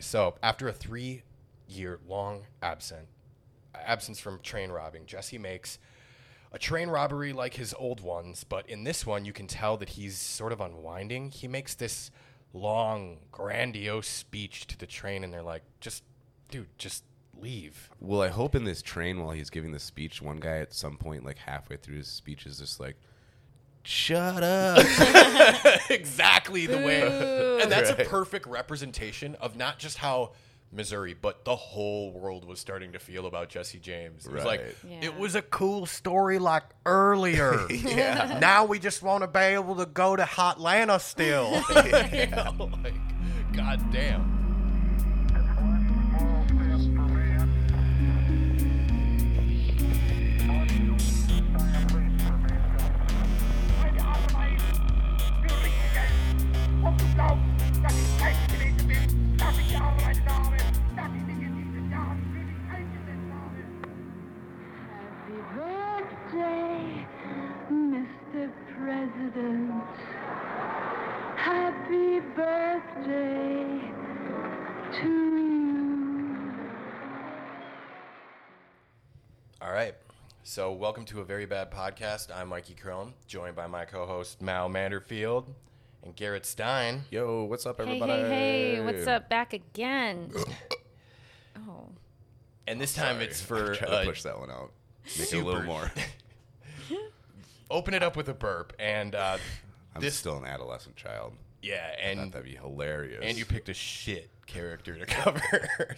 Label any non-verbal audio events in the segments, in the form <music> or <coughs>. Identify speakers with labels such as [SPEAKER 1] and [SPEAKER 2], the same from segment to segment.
[SPEAKER 1] so after a three year long absent absence from train robbing, Jesse makes a train robbery like his old ones, but in this one you can tell that he's sort of unwinding. He makes this long, grandiose speech to the train, and they're like, "Just, dude, just leave."
[SPEAKER 2] Well, I hope in this train while he's giving the speech, one guy at some point, like halfway through his speech, is just like, "Shut
[SPEAKER 3] <laughs>
[SPEAKER 2] up."
[SPEAKER 1] <laughs> exactly the way,
[SPEAKER 3] Boo.
[SPEAKER 1] and that's a
[SPEAKER 2] Right.
[SPEAKER 1] perfect representation of not just how. Missouri, but the whole world was starting to feel about Jesse James. It was like,
[SPEAKER 2] Right.
[SPEAKER 3] Yeah.
[SPEAKER 1] it was a cool story like earlier.
[SPEAKER 2] <laughs> yeah.
[SPEAKER 1] <laughs> now we just want to be able to go to Hotlanta
[SPEAKER 3] <laughs>
[SPEAKER 1] still. <laughs> you know, like, God damn.
[SPEAKER 4] Happy birthday, Mr. President. Happy birthday to you.
[SPEAKER 1] All right. So, welcome to a very bad podcast. I'm Mikey Crone, joined by my co host, Mal Manderfield and Garrett Stein.
[SPEAKER 2] Yo, what's up,
[SPEAKER 3] Hey,
[SPEAKER 2] everybody?
[SPEAKER 3] hey, hey, what's up? Back again. <clears throat> oh.
[SPEAKER 1] And this time it's
[SPEAKER 2] <laughs>
[SPEAKER 1] for.
[SPEAKER 2] try
[SPEAKER 1] uh,
[SPEAKER 2] to push that one out. Make it a little
[SPEAKER 1] super-
[SPEAKER 2] <laughs> more.
[SPEAKER 1] <laughs> open it up with a burp. And uh, <laughs>
[SPEAKER 2] I'm
[SPEAKER 1] this.
[SPEAKER 2] still an adolescent child.
[SPEAKER 1] yeah,
[SPEAKER 2] Thought
[SPEAKER 1] and,
[SPEAKER 2] that'd be hilarious.
[SPEAKER 1] and you picked a shit character to <laughs> cover.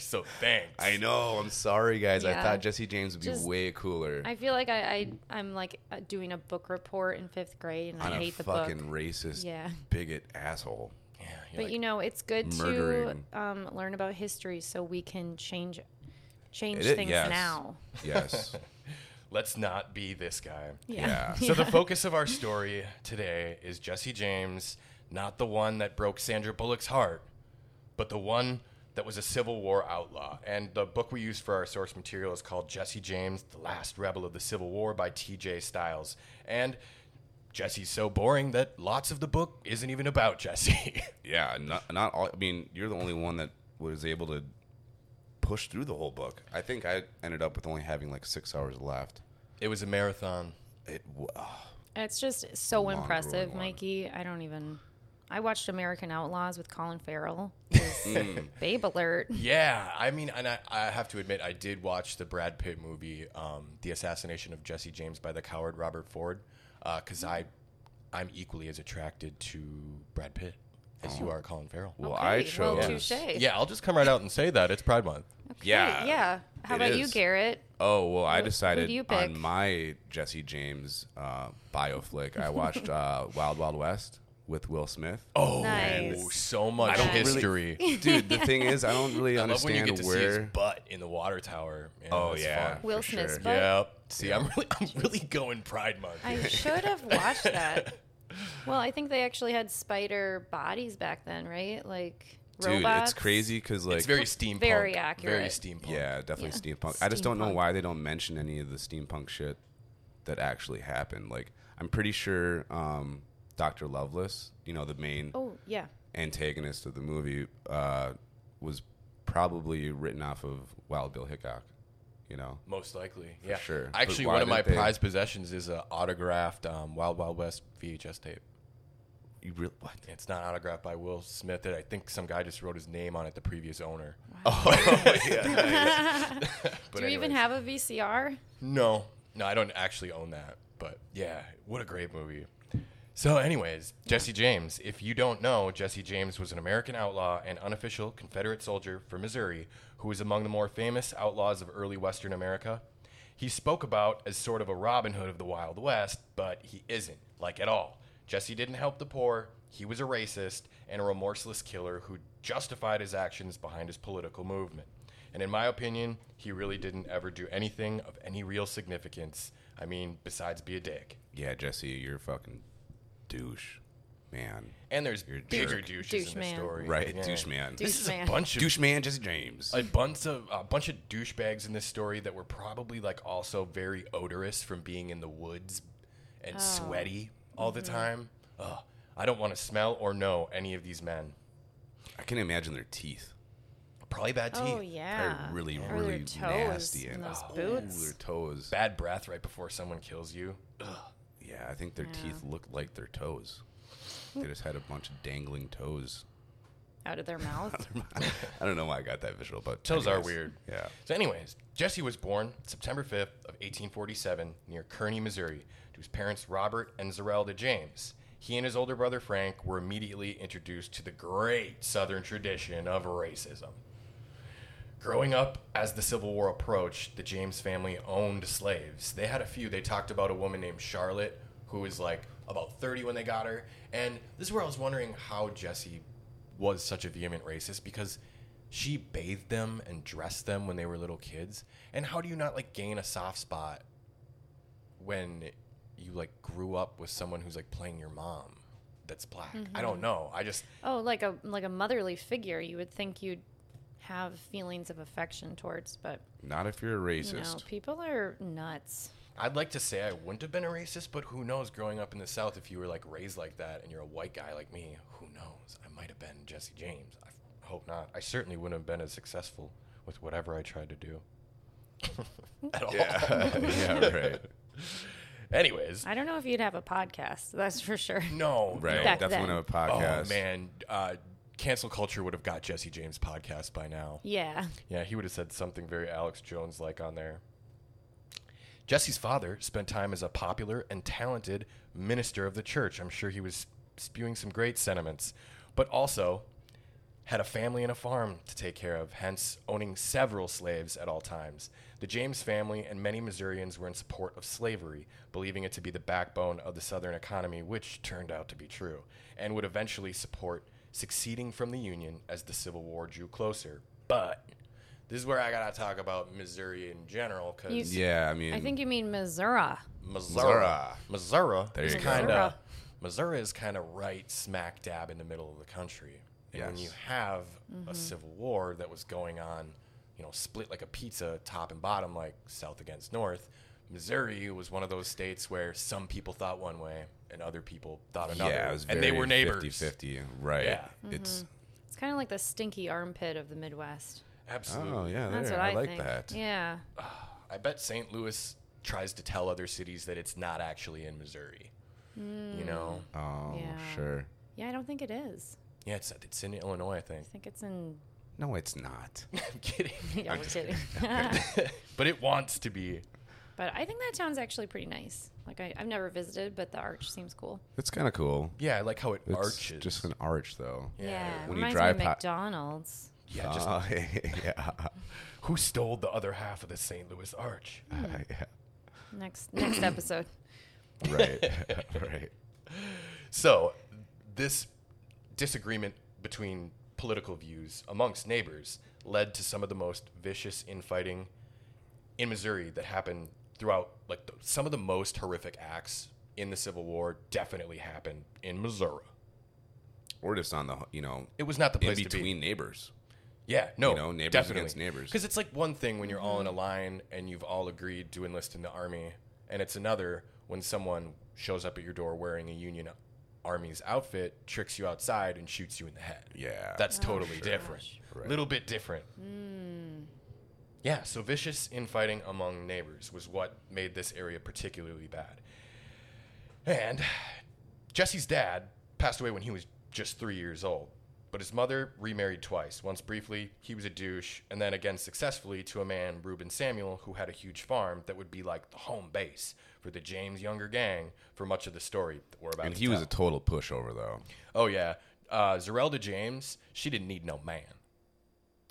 [SPEAKER 1] so, thanks.
[SPEAKER 2] I know. I'm sorry, guys.
[SPEAKER 3] Yeah.
[SPEAKER 2] I thought Jesse James would be
[SPEAKER 3] Just-
[SPEAKER 2] way cooler
[SPEAKER 3] I feel like I, I I'm like uh, doing a book report in fifth grade, and
[SPEAKER 2] on
[SPEAKER 3] I
[SPEAKER 2] a
[SPEAKER 3] hate the
[SPEAKER 2] fucking
[SPEAKER 3] book.
[SPEAKER 2] racist,
[SPEAKER 3] Yeah.
[SPEAKER 2] bigot asshole.
[SPEAKER 1] Yeah, you're
[SPEAKER 3] But
[SPEAKER 1] like,
[SPEAKER 3] you know, it's good
[SPEAKER 2] murdering.
[SPEAKER 3] to um, learn about history so we can change change
[SPEAKER 2] It is-
[SPEAKER 3] things
[SPEAKER 2] yes.
[SPEAKER 3] now. <laughs>
[SPEAKER 2] Yes.
[SPEAKER 1] let's not be this guy.
[SPEAKER 2] yeah.
[SPEAKER 1] So the focus of our story today is Jesse James, not the one that broke Sandra Bullock's heart, but the one that was a Civil War outlaw. And the book we used for our source material is called Jesse James, The Last Rebel of the Civil War by T.J. Styles. And Jesse's so boring that lots of the book isn't even about Jesse. <laughs>
[SPEAKER 2] yeah. Not, not all. I mean, you're the only one that was able to push through the whole book. I think I ended up with only having like six hours left.
[SPEAKER 1] it was a marathon.
[SPEAKER 2] It. w- ah,
[SPEAKER 3] It's just so
[SPEAKER 2] Long
[SPEAKER 3] impressive,
[SPEAKER 2] grueling one.
[SPEAKER 3] Mikey. I don't even. I watched American Outlaws with Colin
[SPEAKER 2] <laughs>
[SPEAKER 3] Farrell. 'cause Babe alert.
[SPEAKER 1] Yeah, I mean, and I, I have to admit, I did watch the Brad Pitt movie, um, "The Assassination of Jesse James" by the coward Robert Ford, because I, I'm equally as attracted to Brad Pitt as you are Colin Farrell.
[SPEAKER 2] well, I
[SPEAKER 3] Okay, well,
[SPEAKER 2] chose.
[SPEAKER 3] touche.
[SPEAKER 1] Yeah, I'll just come right out and say that it's Pride Month.
[SPEAKER 2] Yeah.
[SPEAKER 3] Hey, yeah. How
[SPEAKER 2] It
[SPEAKER 3] about you,
[SPEAKER 2] is.
[SPEAKER 3] Garrett?
[SPEAKER 2] Oh well, I
[SPEAKER 3] do
[SPEAKER 2] decided
[SPEAKER 3] you pick?
[SPEAKER 2] on my Jesse James uh, bioflick. I watched
[SPEAKER 3] <laughs>
[SPEAKER 2] uh, Wild Wild West with Will Smith.
[SPEAKER 1] Oh,
[SPEAKER 3] Nice.
[SPEAKER 1] so much
[SPEAKER 3] I don't really-
[SPEAKER 1] history.
[SPEAKER 2] Dude, the thing is, I
[SPEAKER 3] <laughs>
[SPEAKER 2] don't really
[SPEAKER 1] I love when you
[SPEAKER 2] understand
[SPEAKER 1] get to see his
[SPEAKER 2] where.
[SPEAKER 1] butt in the water tower. You know,
[SPEAKER 2] Oh,
[SPEAKER 1] it's
[SPEAKER 2] yeah.
[SPEAKER 1] fun.
[SPEAKER 3] Will
[SPEAKER 2] for
[SPEAKER 3] Smith's
[SPEAKER 2] sure.
[SPEAKER 3] butt.
[SPEAKER 1] Yep. See, I'm really, <laughs> I'm really going Pride Month.
[SPEAKER 3] I
[SPEAKER 2] <laughs>
[SPEAKER 3] should have watched <laughs> that. Well, I think they actually had spider bodies back then, right? Like
[SPEAKER 2] Dude,
[SPEAKER 3] robots.
[SPEAKER 2] it's crazy because like, <laughs>
[SPEAKER 1] it's very steampunk.
[SPEAKER 3] Very accurate.
[SPEAKER 1] Very steampunk.
[SPEAKER 2] yeah, definitely
[SPEAKER 3] Yeah.
[SPEAKER 2] steampunk. I just don't know
[SPEAKER 3] Steampunk.
[SPEAKER 2] why they don't mention any of the steampunk shit that actually happened. Like, I'm pretty sure um, Doctor Lovelace, you know, the main
[SPEAKER 3] Oh yeah,
[SPEAKER 2] antagonist of the movie, uh, was probably written off of Wild Bill Hickok. You know,
[SPEAKER 1] Most likely, yeah.
[SPEAKER 2] sure. But
[SPEAKER 1] Actually,
[SPEAKER 2] why
[SPEAKER 1] one of my
[SPEAKER 2] didn't they-
[SPEAKER 1] prized possessions is an autographed um, Wild Wild West VHS tape.
[SPEAKER 2] you really what?
[SPEAKER 1] It's not autographed by Will Smith. That I think some guy just wrote his name on it. The previous owner. <laughs>
[SPEAKER 3] <laughs> do you
[SPEAKER 1] anyways.
[SPEAKER 3] even have a VCR?
[SPEAKER 1] No, no, I don't actually own that. But yeah, what a great movie. So, anyways, Jesse James. If you don't know, Jesse James was an American outlaw and unofficial Confederate soldier from Missouri who was among the more famous outlaws of early Western America. He spoke about as sort of a Robin Hood of the Wild West, but he isn't, like at all. Jesse didn't help the poor, he was a racist and a remorseless killer who justified his actions behind his political movement. And in my opinion, he really didn't ever do anything of any real significance. I mean, besides be a dick.
[SPEAKER 2] Yeah, Jesse, you're a fucking douche, man.
[SPEAKER 1] And there's
[SPEAKER 2] You're a
[SPEAKER 1] bigger
[SPEAKER 2] jerk.
[SPEAKER 1] douches
[SPEAKER 3] Douche
[SPEAKER 1] in the
[SPEAKER 3] man.
[SPEAKER 1] story.
[SPEAKER 2] Right,
[SPEAKER 1] Yeah.
[SPEAKER 2] douche man.
[SPEAKER 3] Douche
[SPEAKER 1] This is a
[SPEAKER 3] man.
[SPEAKER 1] bunch of
[SPEAKER 2] Douche man, Jesse James.
[SPEAKER 1] a bunch of a bunch of douchebags in this story that were probably like also very odorous from being in the woods and
[SPEAKER 3] Oh.
[SPEAKER 1] sweaty all
[SPEAKER 3] Mm-hmm.
[SPEAKER 1] the time. Ugh, I don't want to smell or know any of these men.
[SPEAKER 2] I can imagine their teeth.
[SPEAKER 1] Probably bad teeth.
[SPEAKER 3] Oh yeah.
[SPEAKER 2] They're really,
[SPEAKER 3] Or their
[SPEAKER 2] really
[SPEAKER 3] toes
[SPEAKER 2] nasty
[SPEAKER 3] and
[SPEAKER 2] and
[SPEAKER 3] those
[SPEAKER 2] oh, <laughs>
[SPEAKER 3] boots.
[SPEAKER 2] their toes.
[SPEAKER 1] Bad breath right before someone kills you.
[SPEAKER 2] Yeah, I think their
[SPEAKER 3] Yeah.
[SPEAKER 2] teeth looked like their toes. They just had a bunch of dangling
[SPEAKER 3] <laughs>
[SPEAKER 2] toes.
[SPEAKER 3] Out of their mouth.
[SPEAKER 2] I don't know why I got that visual, but
[SPEAKER 1] Toes are
[SPEAKER 2] anyways,
[SPEAKER 1] weird.
[SPEAKER 2] Yeah,
[SPEAKER 1] So, anyways, Jesse was born September 5th of 1847 near Kearney, Missouri, to his parents Robert and Zerelda James. He and his older brother Frank were immediately introduced to the great Southern tradition of racism. Growing up, as the Civil War approached, the James family owned slaves. They had a few. They talked about a woman named Charlotte, who was like about 30 when they got her. And this is where I was wondering how Jesse was such a vehement racist because she bathed them and dressed them when they were little kids. And how do you not like gain a soft spot when you like grew up with someone who's like playing your mom that's black? I don't know. I just
[SPEAKER 3] Oh, like a like a motherly figure. You would think you'd have feelings of affection towards, but
[SPEAKER 2] not if you're a
[SPEAKER 3] you know, <laughs>
[SPEAKER 2] racist.
[SPEAKER 3] people are nuts.
[SPEAKER 1] I'd like to say I wouldn't have been a racist, but who knows? Growing up in the South, if you were like raised like that and you're a white guy like me, who knows? I might have been Jesse James. I f- hope not. I certainly wouldn't have been as successful with whatever I tried to do. <laughs> At all.
[SPEAKER 2] yeah, right,
[SPEAKER 1] <laughs> Anyways,
[SPEAKER 3] I don't know if you'd have a podcast. That's for sure. <laughs>
[SPEAKER 1] no,
[SPEAKER 2] right.
[SPEAKER 1] no.
[SPEAKER 3] Back
[SPEAKER 2] That's
[SPEAKER 3] then.
[SPEAKER 2] one of a
[SPEAKER 1] Oh
[SPEAKER 2] podcast.
[SPEAKER 1] man, uh, cancel culture would have got Jesse James podcast by now.
[SPEAKER 3] Yeah.
[SPEAKER 1] Yeah, he would have said something very Alex Jones like on there. Jesse's father spent time as a popular and talented minister of the church. I'm sure he was spewing some great sentiments, but also had a family and a farm to take care of, hence owning several slaves at all times. The James family and many Missourians were in support of slavery, believing it to be the backbone of the Southern economy, which turned out to be true, and would eventually support seceding from the Union as the Civil War drew closer. But this is where I gotta talk about Missouri in general, because
[SPEAKER 3] You-
[SPEAKER 2] Yeah, I mean,
[SPEAKER 3] I think you mean Missouri.
[SPEAKER 1] Missouri,
[SPEAKER 2] Missouri.
[SPEAKER 1] Missouri
[SPEAKER 2] There
[SPEAKER 1] is
[SPEAKER 2] you
[SPEAKER 3] go.
[SPEAKER 1] kind of
[SPEAKER 3] Missouri.
[SPEAKER 1] Missouri is kind of right smack dab in the middle of the country. And when
[SPEAKER 2] Yes.
[SPEAKER 1] you have a civil war that was going on, you know, split like a pizza, top and bottom, like South against North, Missouri was one of those states where some people thought one way and other people thought another,
[SPEAKER 2] yeah, it was
[SPEAKER 1] and they
[SPEAKER 2] very
[SPEAKER 1] were neighbors.
[SPEAKER 2] 50-50, right?
[SPEAKER 1] Yeah.
[SPEAKER 2] It's
[SPEAKER 3] It's kind of like the stinky armpit of the Midwest.
[SPEAKER 1] Absolutely.
[SPEAKER 2] oh yeah,
[SPEAKER 3] Mm-hmm. That's
[SPEAKER 2] there.
[SPEAKER 3] what I,
[SPEAKER 2] I, like
[SPEAKER 3] think.
[SPEAKER 2] that.
[SPEAKER 3] Yeah.
[SPEAKER 1] I bet St. Louis tries to tell other cities that it's not actually in Missouri. You know,
[SPEAKER 2] Oh
[SPEAKER 3] Yeah.
[SPEAKER 2] sure.
[SPEAKER 3] Yeah, I don't think it is.
[SPEAKER 1] yeah, it's it's in Illinois, I think. <laughs>
[SPEAKER 3] I think it's in. <laughs>
[SPEAKER 2] No, it's not.
[SPEAKER 1] I'm kidding.
[SPEAKER 3] Yeah, we're kidding. <laughs>
[SPEAKER 1] but it wants to be.
[SPEAKER 3] but I think that town's actually pretty nice. Like I, I've never visited, but the arch seems cool.
[SPEAKER 2] It's kind of cool.
[SPEAKER 1] Yeah, I like how it
[SPEAKER 2] It's
[SPEAKER 1] arches.
[SPEAKER 2] just an arch though.
[SPEAKER 1] Yeah.
[SPEAKER 3] Yeah, it
[SPEAKER 2] When you
[SPEAKER 3] reminds
[SPEAKER 2] drive
[SPEAKER 3] me of
[SPEAKER 2] pa-
[SPEAKER 3] McDonald's.
[SPEAKER 1] yeah, just
[SPEAKER 2] Oh, <laughs>
[SPEAKER 1] <laughs>
[SPEAKER 2] yeah. <laughs>
[SPEAKER 1] who stole the other half of the St. Louis arch?
[SPEAKER 2] yeah.
[SPEAKER 3] Next next episode.
[SPEAKER 2] Right. <laughs> right.
[SPEAKER 1] So, this disagreement between political views amongst neighbors led to some of the most vicious infighting in Missouri that happened throughout. Like the, some of the most horrific acts in the Civil War definitely happened in Missouri.
[SPEAKER 2] Or just on the you know
[SPEAKER 1] It was not the
[SPEAKER 2] in
[SPEAKER 1] place to be.
[SPEAKER 2] between neighbors.
[SPEAKER 1] Yeah, no,
[SPEAKER 2] know, neighbors
[SPEAKER 1] definitely.
[SPEAKER 2] against neighbors.
[SPEAKER 1] Because it's like one thing when you're all in a line and you've all agreed to enlist in the army, and it's another when someone shows up at your door wearing a Union Army's outfit, tricks you outside, and shoots you in the head.
[SPEAKER 2] Yeah.
[SPEAKER 1] That's totally different. A
[SPEAKER 2] Oh, Right. Hmm.
[SPEAKER 1] Little bit different. Yeah, so vicious infighting among neighbors was what made this area particularly bad. And Jesse's dad passed away when he was just three years old, but his mother remarried twice. Once briefly, he was a douche, and then again successfully to a man, Reuben Samuel, who had a huge farm that would be like the home base for the James Younger gang for much of the story that we're about
[SPEAKER 2] and
[SPEAKER 1] to
[SPEAKER 2] he was a
[SPEAKER 1] tell.
[SPEAKER 2] total pushover though.
[SPEAKER 1] oh, yeah. Uh, Zerelda James, she didn't need no man.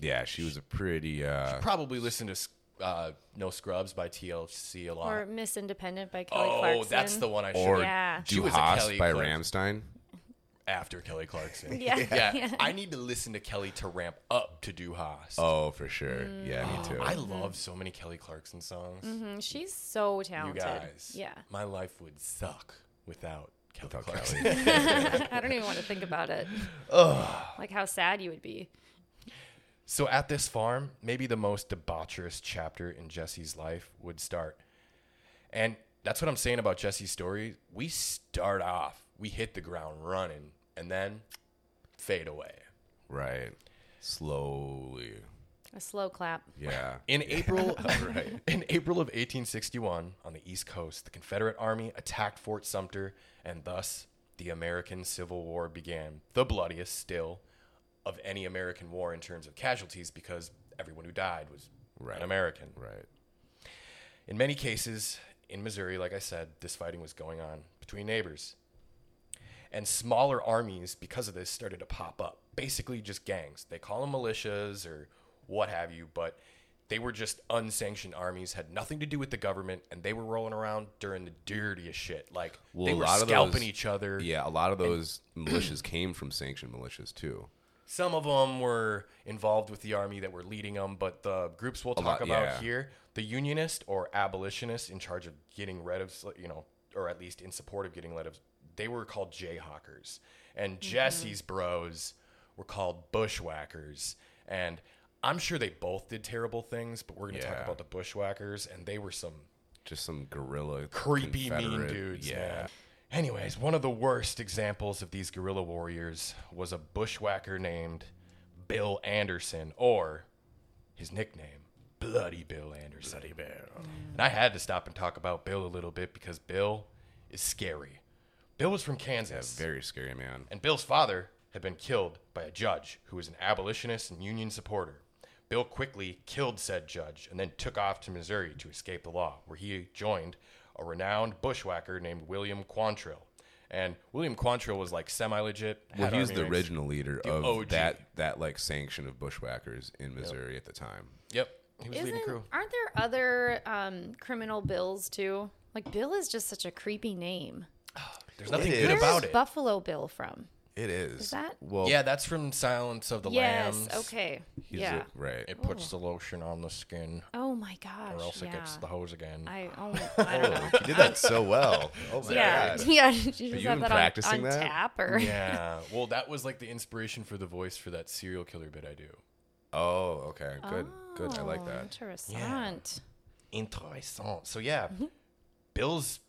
[SPEAKER 2] Yeah, she was a pretty uh
[SPEAKER 1] Probably listened to uh, No Scrubs by TLC a lot.
[SPEAKER 3] Or Miss Independent by Kelly
[SPEAKER 1] Uh, oh,
[SPEAKER 3] Clarkson.
[SPEAKER 1] that's the one I should
[SPEAKER 2] or
[SPEAKER 3] Yeah.
[SPEAKER 1] She
[SPEAKER 2] Du
[SPEAKER 1] was a
[SPEAKER 2] Hast
[SPEAKER 1] Kelly
[SPEAKER 2] by
[SPEAKER 1] Clarkson.
[SPEAKER 2] Ramstein.
[SPEAKER 1] after Kelly Clarkson.
[SPEAKER 3] <laughs> Yeah.
[SPEAKER 1] yeah. I need to listen to Kelly to ramp up to Do Haas.
[SPEAKER 2] Oh, for sure. Yeah, me
[SPEAKER 1] <gasps>
[SPEAKER 2] too.
[SPEAKER 1] I
[SPEAKER 3] Mm-hmm.
[SPEAKER 1] love so many Kelly Clarkson songs.
[SPEAKER 3] Mm, She's so
[SPEAKER 1] You
[SPEAKER 3] talented.
[SPEAKER 1] guys,
[SPEAKER 3] Yeah. <laughs>
[SPEAKER 1] my life would suck without Kelly
[SPEAKER 2] Without
[SPEAKER 1] Clarkson. <laughs>
[SPEAKER 2] Kelly.
[SPEAKER 3] I don't even want to think about it. Like how sad you would be.
[SPEAKER 1] So at this farm, maybe the most debaucherous chapter in Jesse's life would start. And that's what I'm saying about Jesse's story. We start off, we hit the ground running, and then fade away.
[SPEAKER 2] right. Slowly.
[SPEAKER 3] A slow clap.
[SPEAKER 2] Yeah.
[SPEAKER 1] In
[SPEAKER 2] <laughs>
[SPEAKER 1] April,
[SPEAKER 2] right.
[SPEAKER 1] in April of 1861, on the East Coast, the Confederate Army attacked Fort Sumter, and thus the American Civil War began, the bloodiest still of any American war in terms of casualties, because everyone who died was
[SPEAKER 2] Right.
[SPEAKER 1] an American.
[SPEAKER 2] Right.
[SPEAKER 1] In many cases, in Missouri, like I said, this fighting was going on between neighbors. And smaller armies, because of this, started to pop up. Basically, just gangs. They call them militias or what have you, but they were just unsanctioned armies, had nothing to do with the government, and they were rolling around during the dirtiest shit. Like,
[SPEAKER 2] Well,
[SPEAKER 1] they
[SPEAKER 2] a
[SPEAKER 1] were
[SPEAKER 2] lot of
[SPEAKER 1] scalping
[SPEAKER 2] those-
[SPEAKER 1] each other.
[SPEAKER 2] Yeah, a lot
[SPEAKER 1] <clears throat>
[SPEAKER 2] of those militias came from sanctioned militias too.
[SPEAKER 1] Some of them were involved with the army that were leading them, but the groups we'll talk
[SPEAKER 2] lot,
[SPEAKER 1] about
[SPEAKER 2] yeah.
[SPEAKER 1] here, the unionist or abolitionist in charge of getting rid of, sl- you know, or at least in support of getting rid of, they were called Jayhawkers. And Jesse's bros were called bushwhackers. And I'm sure they both did terrible things, but we're going to
[SPEAKER 2] Yeah.
[SPEAKER 1] talk about the bushwhackers, and they were some
[SPEAKER 2] Just some guerrilla,
[SPEAKER 1] creepy mean
[SPEAKER 2] Confederate-
[SPEAKER 1] dudes.
[SPEAKER 2] Yeah,
[SPEAKER 1] Man. Anyways, one of the worst examples of these guerrilla warriors was a bushwhacker named Bill Anderson, or his nickname, Bloody Bill Anderson. Bloody Bill. And I had to stop and talk about Bill a little bit because Bill is scary. Bill was from Kansas,
[SPEAKER 2] very scary man.
[SPEAKER 1] and Bill's father had been killed by a judge who was an abolitionist and union supporter. Bill quickly killed said judge and then took off to Missouri to escape the law, where he joined a renowned bushwhacker named William Quantrill. And William Quantrill was like semi legit.
[SPEAKER 2] Well, he was the original leader of
[SPEAKER 1] OG.
[SPEAKER 2] that that like sanction of bushwhackers in Missouri at the time.
[SPEAKER 1] Yep. He was leading
[SPEAKER 3] Isn't,
[SPEAKER 1] crew.
[SPEAKER 3] aren't there other um, criminal bills too? Like Bill is just such a creepy name.
[SPEAKER 1] There's nothing
[SPEAKER 2] is.
[SPEAKER 1] good
[SPEAKER 3] Where's
[SPEAKER 1] about it.
[SPEAKER 3] Buffalo Bill from?
[SPEAKER 2] It is.
[SPEAKER 3] Is that-
[SPEAKER 2] well?
[SPEAKER 1] yeah, that's from Silence of the
[SPEAKER 3] yes.
[SPEAKER 1] Lambs.
[SPEAKER 3] Okay.
[SPEAKER 2] he's a-
[SPEAKER 3] Yeah.
[SPEAKER 2] right.
[SPEAKER 1] It puts the lotion on the skin,
[SPEAKER 3] oh my gosh.
[SPEAKER 1] or else
[SPEAKER 3] yeah.
[SPEAKER 1] it gets the hose again.
[SPEAKER 3] I
[SPEAKER 1] <laughs>
[SPEAKER 3] oh, I don't know.
[SPEAKER 2] He did that so well. Oh my
[SPEAKER 3] <laughs> yeah.
[SPEAKER 2] god.
[SPEAKER 3] Yeah. Did you just
[SPEAKER 2] you
[SPEAKER 3] have
[SPEAKER 2] been
[SPEAKER 3] that on-
[SPEAKER 2] practicing
[SPEAKER 3] on,
[SPEAKER 2] that?
[SPEAKER 3] tap or?
[SPEAKER 1] yeah. Well, that was like the inspiration for the voice for that serial killer bit I do.
[SPEAKER 2] Oh, okay. Good. Good. I like
[SPEAKER 3] Oh,
[SPEAKER 2] that.
[SPEAKER 3] Interessant.
[SPEAKER 1] Interessant. So yeah,
[SPEAKER 3] Mm-hmm.
[SPEAKER 1] Bill's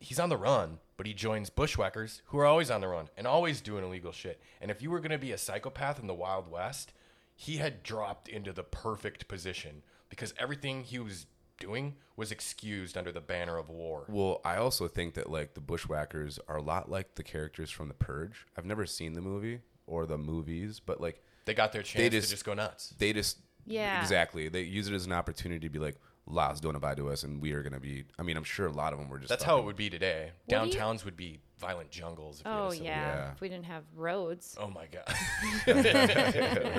[SPEAKER 1] he's on the run, but he joins bushwhackers who are always on the run and always doing illegal shit. And if you were gonna be a psychopath in the Wild West, he had dropped into the perfect position because everything he was doing was excused under the banner of war.
[SPEAKER 2] Well, I also think that like the bushwhackers are a lot like the characters from The Purge. I've never seen the movie or the movies, but like
[SPEAKER 1] They got their chance
[SPEAKER 2] just-
[SPEAKER 1] to just go nuts.
[SPEAKER 2] they just
[SPEAKER 3] Yeah.
[SPEAKER 2] exactly they use it as an opportunity to be like laws don't abide to us and we are going to be i mean i'm sure a lot of them were just
[SPEAKER 1] That's how
[SPEAKER 2] fucking-
[SPEAKER 1] it would be today.
[SPEAKER 3] What do you-
[SPEAKER 1] Downtowns would be violent jungles. If we had a
[SPEAKER 3] Oh yeah.
[SPEAKER 1] civil-
[SPEAKER 2] Yeah.
[SPEAKER 3] If we didn't have roads.
[SPEAKER 1] Oh my god. <laughs>
[SPEAKER 2] <laughs>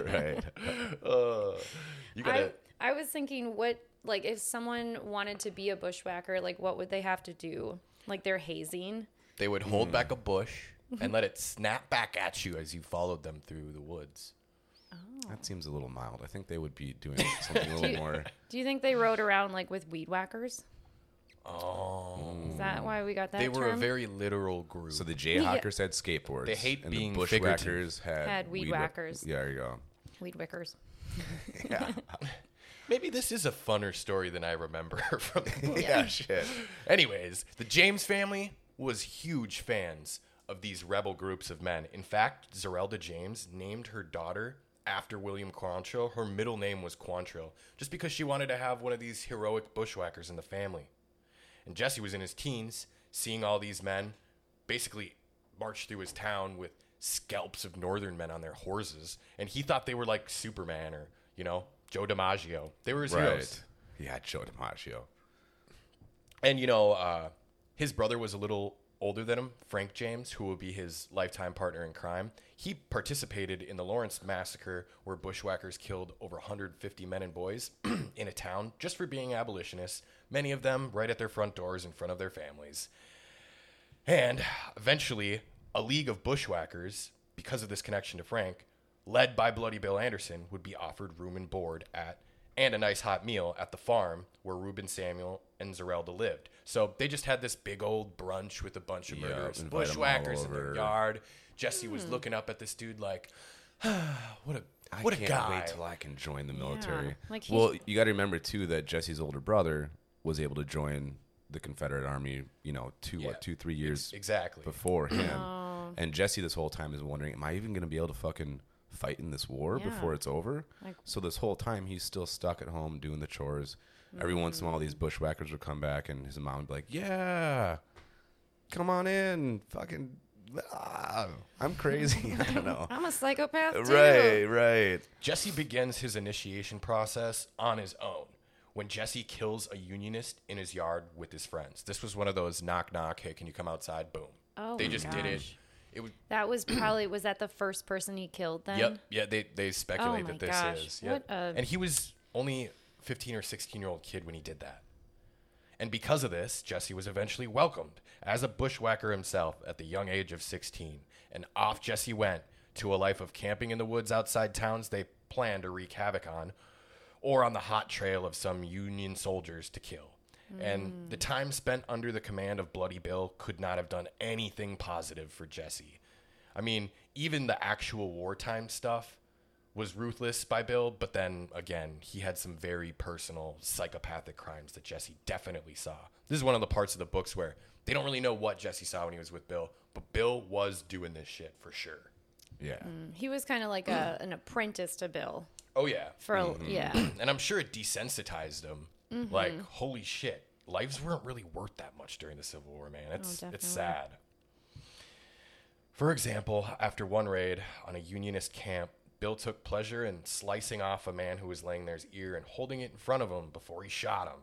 [SPEAKER 2] right
[SPEAKER 1] Uh, you gotta.
[SPEAKER 3] I I was thinking what like if someone wanted to be a bushwhacker, like what would they have to do? Like they're hazing.
[SPEAKER 1] They would hold back a bush
[SPEAKER 3] Mm-hmm.
[SPEAKER 1] and let it snap back at you as you followed them through the woods.
[SPEAKER 2] that seems a little mild i think they would be
[SPEAKER 3] <laughs>
[SPEAKER 2] doing something a little more
[SPEAKER 3] Do you think they rode around like with weed whackers?
[SPEAKER 1] Oh.
[SPEAKER 3] Is that why we got that?
[SPEAKER 1] They were a
[SPEAKER 3] term?
[SPEAKER 1] very literal group.
[SPEAKER 2] so the jayhawkers had skateboards
[SPEAKER 1] They hate
[SPEAKER 2] and
[SPEAKER 1] being
[SPEAKER 2] the bushwhackers had,
[SPEAKER 3] Had weed
[SPEAKER 2] whack-
[SPEAKER 3] whackers.
[SPEAKER 2] yeah there you
[SPEAKER 1] <laughs>
[SPEAKER 2] go
[SPEAKER 3] weed wickers.
[SPEAKER 2] yeah
[SPEAKER 1] Maybe this is a funner story than I remember <laughs> from the book. <laughs>
[SPEAKER 2] yeah shit
[SPEAKER 1] Anyways, the James family was huge fans of these rebel groups of men. In fact, Zerelda James named her daughter after William Quantrill. Her middle name was Quantrill, just because she wanted to have one of these heroic bushwhackers in the family. And Jesse was in his teens, seeing all these men basically march through his town with scalps of northern men on their horses, and he thought they were like Superman or, you know, Joe DiMaggio. They were his heroes.
[SPEAKER 2] right yeah joe dimaggio
[SPEAKER 1] And you know, uh, his brother was a little older than him, Frank James, who will be his lifetime partner in crime. He participated in the Lawrence massacre, where bushwhackers killed over 150 men and boys <clears throat> in a town just for being abolitionists. Many of them right at their front doors in front of their families. And eventually, a league of bushwhackers, because of this connection to Frank, led by Bloody Bill Anderson, would be offered room and board at and a nice hot meal at the farm where Reuben Samuel and Zerelda lived. So they just had this big old brunch with a bunch of
[SPEAKER 2] Yeah,
[SPEAKER 1] murderers,
[SPEAKER 2] invite 'em all
[SPEAKER 1] bushwhackers in their
[SPEAKER 2] over.
[SPEAKER 1] yard. Jesse was looking up at this dude like, ah, what a
[SPEAKER 2] I
[SPEAKER 1] what a
[SPEAKER 2] can't
[SPEAKER 1] guy.
[SPEAKER 2] wait till I can join the military.
[SPEAKER 3] like he-
[SPEAKER 2] well, you got to remember too that Jesse's older brother was able to join the Confederate Army. You know, two
[SPEAKER 1] Yeah.
[SPEAKER 2] what two three years
[SPEAKER 1] exactly.
[SPEAKER 3] Oh.
[SPEAKER 2] before him. And Jesse, this whole time, is wondering, am I even going to be able to fucking fight in this war
[SPEAKER 3] Yeah.
[SPEAKER 2] before it's over.
[SPEAKER 3] Like-
[SPEAKER 2] so this whole time he's still stuck at home doing the chores. Every once in a while,
[SPEAKER 3] Mm.
[SPEAKER 2] these bushwhackers would come back, and his mom would be like, "Yeah, come on in, fucking." ah, I'm crazy. <laughs> I don't
[SPEAKER 3] <laughs>
[SPEAKER 2] know.
[SPEAKER 3] I'm a psychopath too.
[SPEAKER 2] right, right.
[SPEAKER 1] Jesse begins his initiation process on his own when Jesse kills a unionist in his yard with his friends. This was one of those knock knock, hey, can you come outside? Boom.
[SPEAKER 3] Oh
[SPEAKER 1] they
[SPEAKER 3] my
[SPEAKER 1] just did it.
[SPEAKER 3] gosh.
[SPEAKER 1] It was
[SPEAKER 3] That was probably was that the first person he killed then? Oh
[SPEAKER 1] yep, yeah, they they speculate
[SPEAKER 3] my
[SPEAKER 1] that this
[SPEAKER 3] gosh,
[SPEAKER 1] is. Yep.
[SPEAKER 3] what a-
[SPEAKER 1] And he was only 15 or 16 year old kid when he did that. And because of this, Jesse was eventually welcomed as a bushwhacker himself at the young age of 16. And off Jesse went to a life of camping in the woods outside towns they planned to wreak havoc on, or on the hot trail of some Union soldiers to kill. And the time spent under the command of Bloody Bill could not have done anything positive for Jesse. I mean, even the actual wartime stuff was ruthless by Bill, but then again, he had some very personal psychopathic crimes that Jesse definitely saw. This is one of the parts of the books where they don't really know what Jesse saw when he was with Bill, but Bill was doing this shit for sure.
[SPEAKER 2] Yeah.
[SPEAKER 3] He was kind of like
[SPEAKER 1] Mm-hmm.
[SPEAKER 3] a, an apprentice to Bill
[SPEAKER 1] Oh, yeah.
[SPEAKER 3] for a yeah.
[SPEAKER 1] <clears throat> And I'm sure it desensitized him.
[SPEAKER 3] Mm-hmm.
[SPEAKER 1] Like, holy shit, lives weren't really worth that much during the Civil War, man. It's it's
[SPEAKER 3] Oh, definitely.
[SPEAKER 1] sad. For example, after one raid on a Unionist camp, Bill took pleasure in slicing off a man who was laying there his ear and holding it in front of him before he shot him.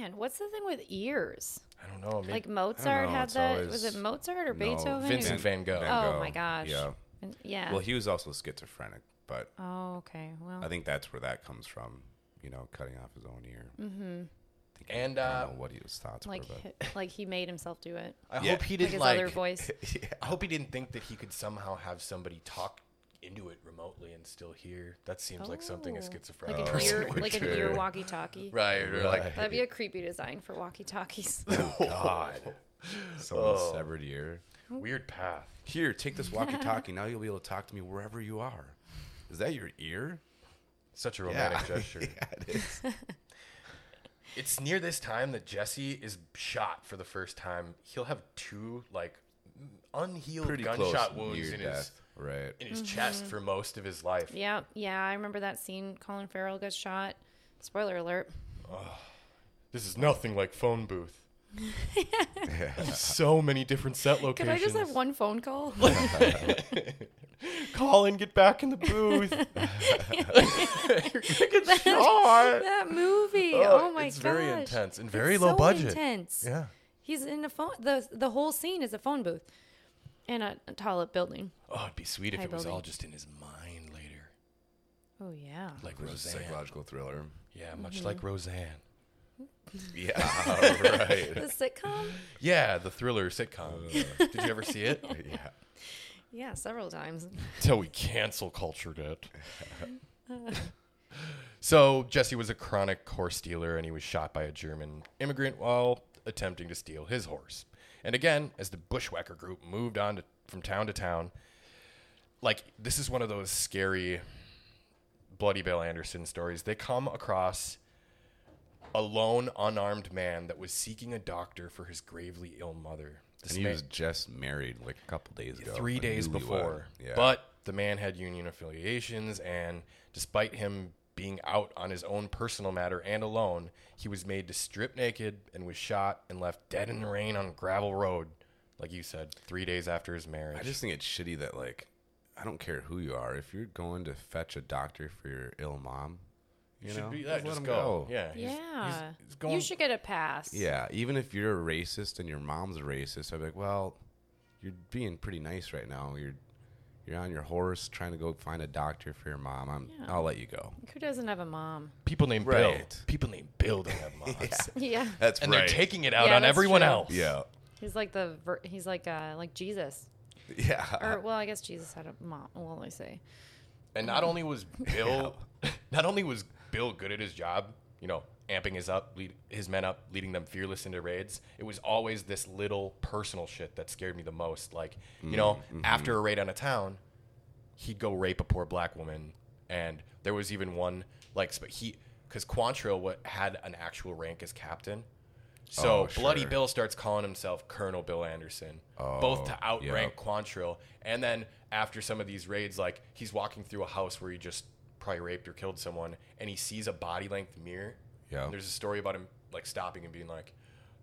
[SPEAKER 3] Man, what's the thing with ears?
[SPEAKER 1] I don't know. Maybe,
[SPEAKER 3] Like Mozart
[SPEAKER 2] know,
[SPEAKER 3] had
[SPEAKER 2] it's
[SPEAKER 3] that.
[SPEAKER 2] always-
[SPEAKER 3] Was it Mozart or
[SPEAKER 2] No,
[SPEAKER 3] Beethoven?
[SPEAKER 1] Vincent Van Gogh.
[SPEAKER 3] Oh my gosh.
[SPEAKER 2] Yeah.
[SPEAKER 3] And- Yeah.
[SPEAKER 2] Well, he was also schizophrenic, but
[SPEAKER 3] oh okay. Well,
[SPEAKER 2] I think that's where that comes from. You know, cutting off his own ear. Mm-hmm.
[SPEAKER 1] and
[SPEAKER 2] I
[SPEAKER 1] uh,
[SPEAKER 2] don't know what his thoughts
[SPEAKER 3] Mm-hmm. like
[SPEAKER 2] were, but
[SPEAKER 3] hi- <laughs> like he made himself do it.
[SPEAKER 1] I
[SPEAKER 2] Oh, Yeah.
[SPEAKER 1] hope he
[SPEAKER 3] Like
[SPEAKER 1] didn't
[SPEAKER 3] his
[SPEAKER 1] like. <laughs>
[SPEAKER 3] other voice.
[SPEAKER 1] I hope he didn't think that he could somehow have somebody talk into it remotely and still hear. That seems like something a
[SPEAKER 3] Oh.
[SPEAKER 1] schizophrenic
[SPEAKER 3] like an
[SPEAKER 1] person
[SPEAKER 3] ear,
[SPEAKER 1] would
[SPEAKER 3] like an
[SPEAKER 1] do.
[SPEAKER 3] ear walkie-talkie.
[SPEAKER 1] <laughs> Right, or like
[SPEAKER 3] That'd be a creepy design
[SPEAKER 1] <laughs>
[SPEAKER 3] for walkie-talkies.
[SPEAKER 1] God.
[SPEAKER 2] someone's
[SPEAKER 1] Oh.
[SPEAKER 2] severed ear.
[SPEAKER 1] Weird path.
[SPEAKER 2] Here, take this walkie-talkie. now you'll be able to talk to me wherever you are. Is that your ear?
[SPEAKER 1] Such a romantic gesture.
[SPEAKER 2] <laughs> yeah, it is.
[SPEAKER 1] <laughs> It's near this time that Jesse is shot for the first time. He'll have two like unhealed
[SPEAKER 2] Pretty
[SPEAKER 1] gunshot
[SPEAKER 2] close.
[SPEAKER 1] wounds
[SPEAKER 2] near
[SPEAKER 1] in his
[SPEAKER 2] death. Right.
[SPEAKER 1] in his chest for most of his life.
[SPEAKER 3] Mm-hmm. yeah, yeah. I remember that scene. Colin Farrell gets shot. Spoiler alert.
[SPEAKER 1] This is nothing like phone
[SPEAKER 2] <laughs>
[SPEAKER 1] booth. <laughs> so many different set
[SPEAKER 3] Could
[SPEAKER 1] locations.
[SPEAKER 3] I just have one
[SPEAKER 1] <laughs>
[SPEAKER 3] phone call?
[SPEAKER 1] Call and get back in the
[SPEAKER 3] <laughs>
[SPEAKER 1] booth. You're gonna <laughs> get shot.
[SPEAKER 3] that movie.
[SPEAKER 1] Oh,
[SPEAKER 3] Oh, my
[SPEAKER 1] it's
[SPEAKER 3] gosh.
[SPEAKER 1] very intense and very
[SPEAKER 3] It's
[SPEAKER 1] low
[SPEAKER 3] so
[SPEAKER 1] budget.
[SPEAKER 3] Intense.
[SPEAKER 1] Yeah.
[SPEAKER 3] He's in a phone. the The whole scene is a phone booth in a, a tall up building.
[SPEAKER 1] Oh, it'd be sweet if
[SPEAKER 3] High
[SPEAKER 1] it was all
[SPEAKER 3] building.
[SPEAKER 1] just in his mind later,
[SPEAKER 3] Oh yeah.
[SPEAKER 1] like
[SPEAKER 2] It was a
[SPEAKER 1] Roseanne.
[SPEAKER 2] psychological thriller.
[SPEAKER 1] <laughs> Yeah, much like
[SPEAKER 3] Mm-hmm.
[SPEAKER 1] Roseanne. <laughs>
[SPEAKER 2] Yeah. right.
[SPEAKER 3] The sitcom.
[SPEAKER 1] Yeah, the thriller sitcom.
[SPEAKER 2] Uh.
[SPEAKER 1] Did you ever see
[SPEAKER 2] <laughs>
[SPEAKER 1] it?
[SPEAKER 2] Yeah.
[SPEAKER 3] Yeah, several times.
[SPEAKER 1] Till we cancel cultured
[SPEAKER 2] <laughs>
[SPEAKER 1] it. <laughs> so Jesse was a chronic horse stealer, and he was shot by a German immigrant while attempting to steal his horse. And again, as the bushwhacker group moved on to, from town to town, like this is one of those scary, bloody Bill Anderson stories. They come across a lone, unarmed man that was seeking a doctor for his gravely ill mother. This
[SPEAKER 2] And he
[SPEAKER 1] man-
[SPEAKER 2] was just married like a couple days ago.
[SPEAKER 1] three
[SPEAKER 2] like,
[SPEAKER 1] days
[SPEAKER 2] newlywed.
[SPEAKER 1] before.
[SPEAKER 2] Yeah.
[SPEAKER 1] But the man had union affiliations, and despite him being out on his own personal matter and alone, he was made to strip naked and was shot and left dead in the rain on gravel road, like you said, three days after his marriage.
[SPEAKER 2] I just think it's shitty that like I don't care who you are if you're going to fetch a doctor for your ill mom, you
[SPEAKER 1] should
[SPEAKER 2] know,
[SPEAKER 1] be yeah, just
[SPEAKER 2] him
[SPEAKER 1] go. Yeah, he's-
[SPEAKER 3] yeah.
[SPEAKER 1] he's going-
[SPEAKER 3] You should get a pass.
[SPEAKER 2] Yeah, even if you're a racist and your mom's a racist, I'd be like, well, you're being pretty nice right now. You're you're on your horse trying to go find a doctor for your mom. I'm, I'll let you go.
[SPEAKER 3] Who doesn't have a mom?
[SPEAKER 1] people named Bill.
[SPEAKER 2] Right.
[SPEAKER 1] People named Bill don't have <laughs> moms,
[SPEAKER 3] <laughs> Yeah.
[SPEAKER 2] That's
[SPEAKER 1] and they're taking it out
[SPEAKER 3] Yeah,
[SPEAKER 1] on
[SPEAKER 3] that's
[SPEAKER 1] everyone
[SPEAKER 3] true.
[SPEAKER 1] else.
[SPEAKER 2] <laughs> yeah,
[SPEAKER 3] He's like the ver- he's like uh like Jesus.
[SPEAKER 2] yeah.
[SPEAKER 1] Uh,
[SPEAKER 3] Or well, I guess Jesus had a mom. Well, I say.
[SPEAKER 1] And not only was Bill, <laughs> not only was Bill good at his job, you know, amping his up, lead, his men up, leading them fearless into raids. It was always this little personal shit that scared me the most. Like, you know,
[SPEAKER 2] Mm-hmm.
[SPEAKER 1] after a raid on a town, he'd go rape a poor black woman, and there was even one like sp- he because Quantrill what had an actual rank as captain, So
[SPEAKER 2] Oh,
[SPEAKER 1] Bloody
[SPEAKER 2] sure.
[SPEAKER 1] Bill starts calling himself Colonel Bill Anderson, both to
[SPEAKER 2] Oh,
[SPEAKER 1] outrank
[SPEAKER 2] yep.
[SPEAKER 1] Quantrill. And then after some of these raids, like he's walking through a house where he just probably raped or killed someone, and he sees a body length mirror.
[SPEAKER 2] Yeah.
[SPEAKER 1] There's a story about him like stopping and being like,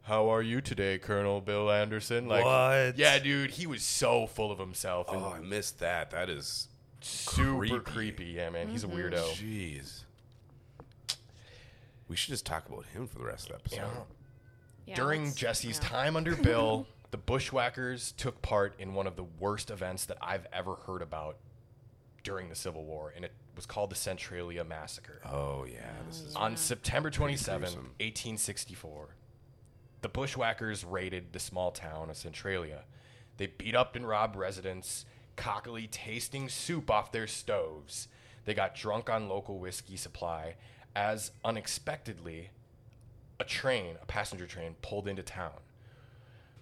[SPEAKER 1] "How are you today, Colonel Bill Anderson?" Like,
[SPEAKER 2] What?
[SPEAKER 1] Yeah, dude, he was so full of himself and
[SPEAKER 2] Oh, I missed that. That is,
[SPEAKER 1] super creepy.
[SPEAKER 2] creepy.
[SPEAKER 1] Yeah, man, he's a weirdo.
[SPEAKER 2] jeez. We should just talk about him for the rest of the episode.
[SPEAKER 1] Yeah.
[SPEAKER 3] Yeah,
[SPEAKER 1] During
[SPEAKER 3] let's-
[SPEAKER 1] Jesse's
[SPEAKER 3] yeah.
[SPEAKER 1] time under Bill, the Bushwhackers took part in one of the worst events that I've ever heard about during the Civil War, and it was called the Centralia Massacre.
[SPEAKER 2] Oh yeah, this is
[SPEAKER 1] On September 27,
[SPEAKER 2] gruesome.
[SPEAKER 1] 1864, the Bushwhackers raided the small town of Centralia. They beat up and robbed residents, cockily tasting soup off their stoves. They got drunk on local whiskey supply as unexpectedly a train, a passenger train, pulled into town.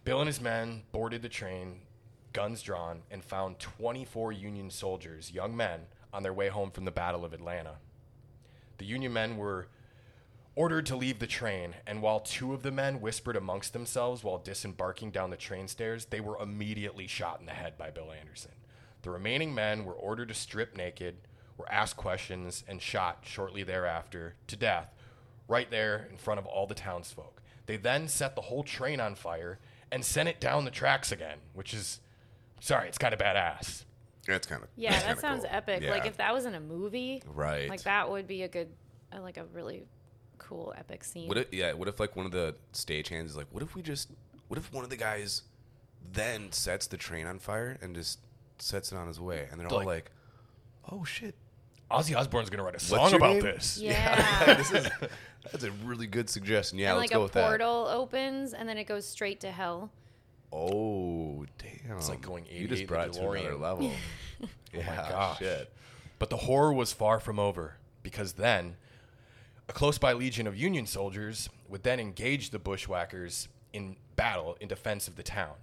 [SPEAKER 1] Bill and his men boarded the train, guns drawn, and found 24 Union soldiers, young men, on their way home from the Battle of Atlanta. The Union men were ordered to leave the train, and while two of the men whispered amongst themselves while disembarking down the train stairs, they were immediately shot in the head by Bill Anderson. The remaining men were ordered to strip naked, were asked questions, and shot shortly thereafter to death, right there in front of all the townsfolk. They then set the whole train on fire and sent it down the tracks again, which is, sorry, it's kind of badass.
[SPEAKER 2] that's kind of
[SPEAKER 3] Yeah, that sounds epic. Like if that was in a movie,
[SPEAKER 2] Right.
[SPEAKER 3] Like that would be a good, uh, like a really cool epic scene.
[SPEAKER 2] What if, yeah, what if like one of the stagehands is like, what if we just, what if one of the guys then sets the train on fire and just sets it on his way, and they're all
[SPEAKER 1] Like-
[SPEAKER 2] like, oh shit,
[SPEAKER 1] Ozzy Osbourne's going to write a song
[SPEAKER 2] your
[SPEAKER 1] about
[SPEAKER 2] name?
[SPEAKER 1] this.
[SPEAKER 3] yeah.
[SPEAKER 2] this is that's a really good suggestion. Yeah,
[SPEAKER 3] and
[SPEAKER 2] let's
[SPEAKER 3] like
[SPEAKER 2] go
[SPEAKER 3] a
[SPEAKER 2] with
[SPEAKER 3] portal opens and then it goes straight to hell.
[SPEAKER 2] that. Oh damn,
[SPEAKER 1] It's like going
[SPEAKER 2] You
[SPEAKER 1] 88 the
[SPEAKER 2] just brought it to another
[SPEAKER 1] DeLorean.
[SPEAKER 3] <laughs>
[SPEAKER 2] level. yeah,
[SPEAKER 1] gosh.
[SPEAKER 2] shit.
[SPEAKER 1] But the horror was far from over, because then a close by legion of Union soldiers would then engage the bushwhackers in battle in defense of the town.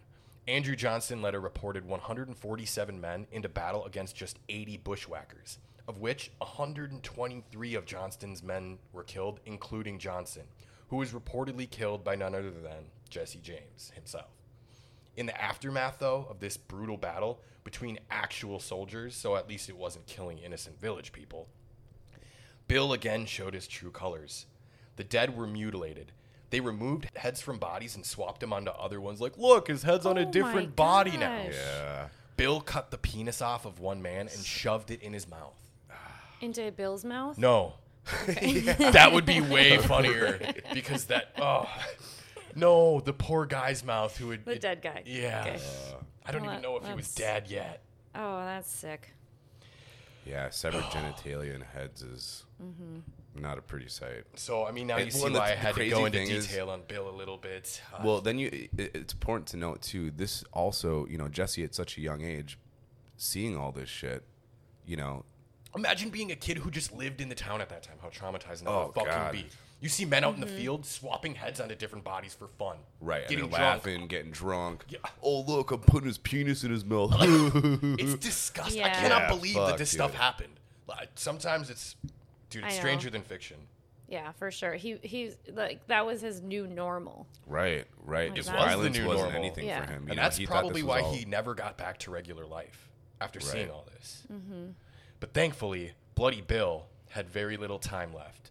[SPEAKER 1] Andrew Johnson led a reported 147 men into battle against just 80 bushwhackers, of which 123 of Johnston's men were killed, including Johnson, who was reportedly killed by none other than Jesse James himself. In the aftermath, though, of this brutal battle between actual soldiers, so at least it wasn't killing innocent village people, Bill again showed his true colors. The dead were mutilated. They removed heads from bodies and swapped them onto other ones, like, look, his head's on
[SPEAKER 3] Oh
[SPEAKER 1] a
[SPEAKER 3] my
[SPEAKER 1] different body now.
[SPEAKER 3] gosh.
[SPEAKER 2] Yeah.
[SPEAKER 1] Bill cut the penis off of one man and shoved it in his mouth.
[SPEAKER 3] Into Bill's mouth?
[SPEAKER 1] No. <laughs> that would be way funnier because that, oh, no, the poor guy's mouth who had.
[SPEAKER 3] The
[SPEAKER 1] it-
[SPEAKER 3] dead guy.
[SPEAKER 1] Yeah.
[SPEAKER 3] Okay.
[SPEAKER 1] I don't
[SPEAKER 3] Well,
[SPEAKER 1] even know if he was
[SPEAKER 3] that's-
[SPEAKER 1] dead yet.
[SPEAKER 3] Oh, that's sick.
[SPEAKER 2] Yeah,
[SPEAKER 1] <sighs>
[SPEAKER 2] severed genitalia and heads is
[SPEAKER 3] Mm-hmm.
[SPEAKER 2] not a pretty sight.
[SPEAKER 1] So I mean, now
[SPEAKER 2] And-
[SPEAKER 1] you
[SPEAKER 2] well,
[SPEAKER 1] see
[SPEAKER 2] and the-
[SPEAKER 1] why I
[SPEAKER 2] the
[SPEAKER 1] had to
[SPEAKER 2] crazy
[SPEAKER 1] go into
[SPEAKER 2] thing is-
[SPEAKER 1] detail on Bill a little bit. Uh,
[SPEAKER 2] Well, then you i- i- it's important to note too. This also, you know, Jesse at such a young age, seeing all this shit, you know,
[SPEAKER 1] imagine being a kid who just lived in the town at that time. How traumatizing that
[SPEAKER 2] Oh,
[SPEAKER 1] would fucking
[SPEAKER 2] God.
[SPEAKER 1] be. You see men out
[SPEAKER 3] Mm-hmm.
[SPEAKER 1] in the field swapping heads onto different bodies for fun.
[SPEAKER 2] right,
[SPEAKER 1] Getting drunk.
[SPEAKER 2] and they're laughing, getting drunk.
[SPEAKER 1] Yeah.
[SPEAKER 2] Oh look, I'm putting his penis in his mouth.
[SPEAKER 1] <laughs>
[SPEAKER 2] <laughs>
[SPEAKER 1] It's disgusting. I
[SPEAKER 3] Yeah.
[SPEAKER 1] cannot
[SPEAKER 2] Yeah,
[SPEAKER 1] believe that
[SPEAKER 2] fuck,
[SPEAKER 1] this stuff
[SPEAKER 2] dude.
[SPEAKER 1] happened. Like, sometimes it's, dude, it's
[SPEAKER 3] I know.
[SPEAKER 1] stranger than fiction.
[SPEAKER 3] Yeah, for sure. He he's like that was his new normal.
[SPEAKER 2] right, right. Just
[SPEAKER 3] Oh God. It was the
[SPEAKER 2] violence
[SPEAKER 1] new
[SPEAKER 2] wasn't
[SPEAKER 1] normal.
[SPEAKER 2] anything
[SPEAKER 3] Yeah.
[SPEAKER 2] for him. You
[SPEAKER 1] And
[SPEAKER 2] know,
[SPEAKER 1] that's
[SPEAKER 2] he thought this
[SPEAKER 1] probably why
[SPEAKER 2] was all-
[SPEAKER 1] he never got back to regular life after seeing
[SPEAKER 2] Right.
[SPEAKER 1] all this. But thankfully, Bloody Bill had very little time left.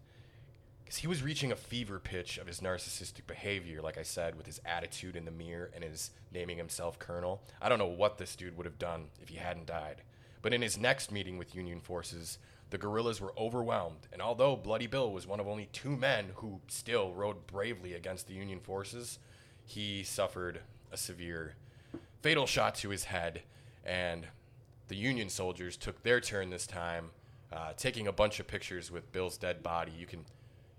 [SPEAKER 1] Because he was reaching a fever pitch of his narcissistic behavior, like I said, with his attitude in the mirror and his naming himself Colonel. I don't know what this dude would have done if he hadn't died. But in his next meeting with Union forces, the guerrillas were overwhelmed, and although Bloody Bill was one of only two men who still rode bravely against the Union forces, he suffered a severe fatal shot to his head, and the Union soldiers took their turn this time, uh, taking a bunch of pictures with Bill's dead body. You can,